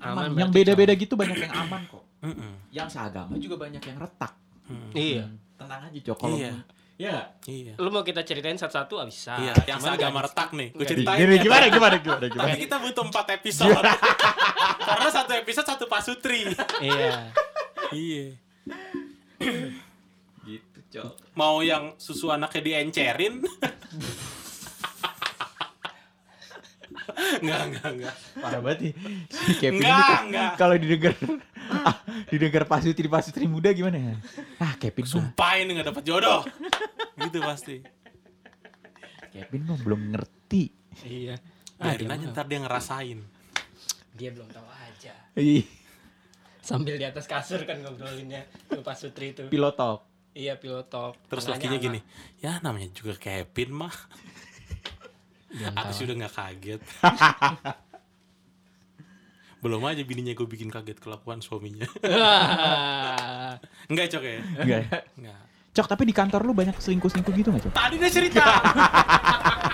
Aman
yang
berarti,
beda-beda gitu banyak yang aman kok.
Mm-mm.
Yang seagama juga banyak yang retak.
Cok. Iya.
Tenang aja Cok kalau
Iya.
mau- Iya. nggak?
Iya.
Lu mau kita ceritain satu-satu ah, bisa.
Iya, yang
Cuman
seagama
nggak- gitu.
retak nih. Gue
nggak
ceritain.
Gini,
ya.
gimana gimana gimana gimana.
Tapi kita butuh empat episode. Karena satu episode satu pasutri.
Iya.
iya.
Gitu Cok.
Mau yang susu anaknya diencerin? Enggak, enggak, enggak.
Parah banget nih. Si Kevin
Nggak,
ini kok-
nggak.
kalau didengar ah, didengar pasutri pasutri muda gimana ya? Ah Kevin mah,
Sumpah ini enggak dapat jodoh. gitu pasti.
Kevin mah belum ngerti.
Iya. Ah, dia
Biarin aja
mah-
ntar dia ngerasain.
Dia belum tahu aja.
Ih,
Sambil di atas kasur kan ngobrolinnya tuh Pak Sutri itu.
Pilot talk.
Iya pilotop.
Terus lakinya gini, ya namanya juga Kevin mah. Aku sih udah nggak kaget. Belum aja bininya gue bikin kaget kelakuan suaminya. Enggak cok ya?
Enggak. ya?
Enggak.
Cok, tapi di kantor lu banyak selingkuh-selingkuh gitu nggak Cok?
Tadi dia cerita.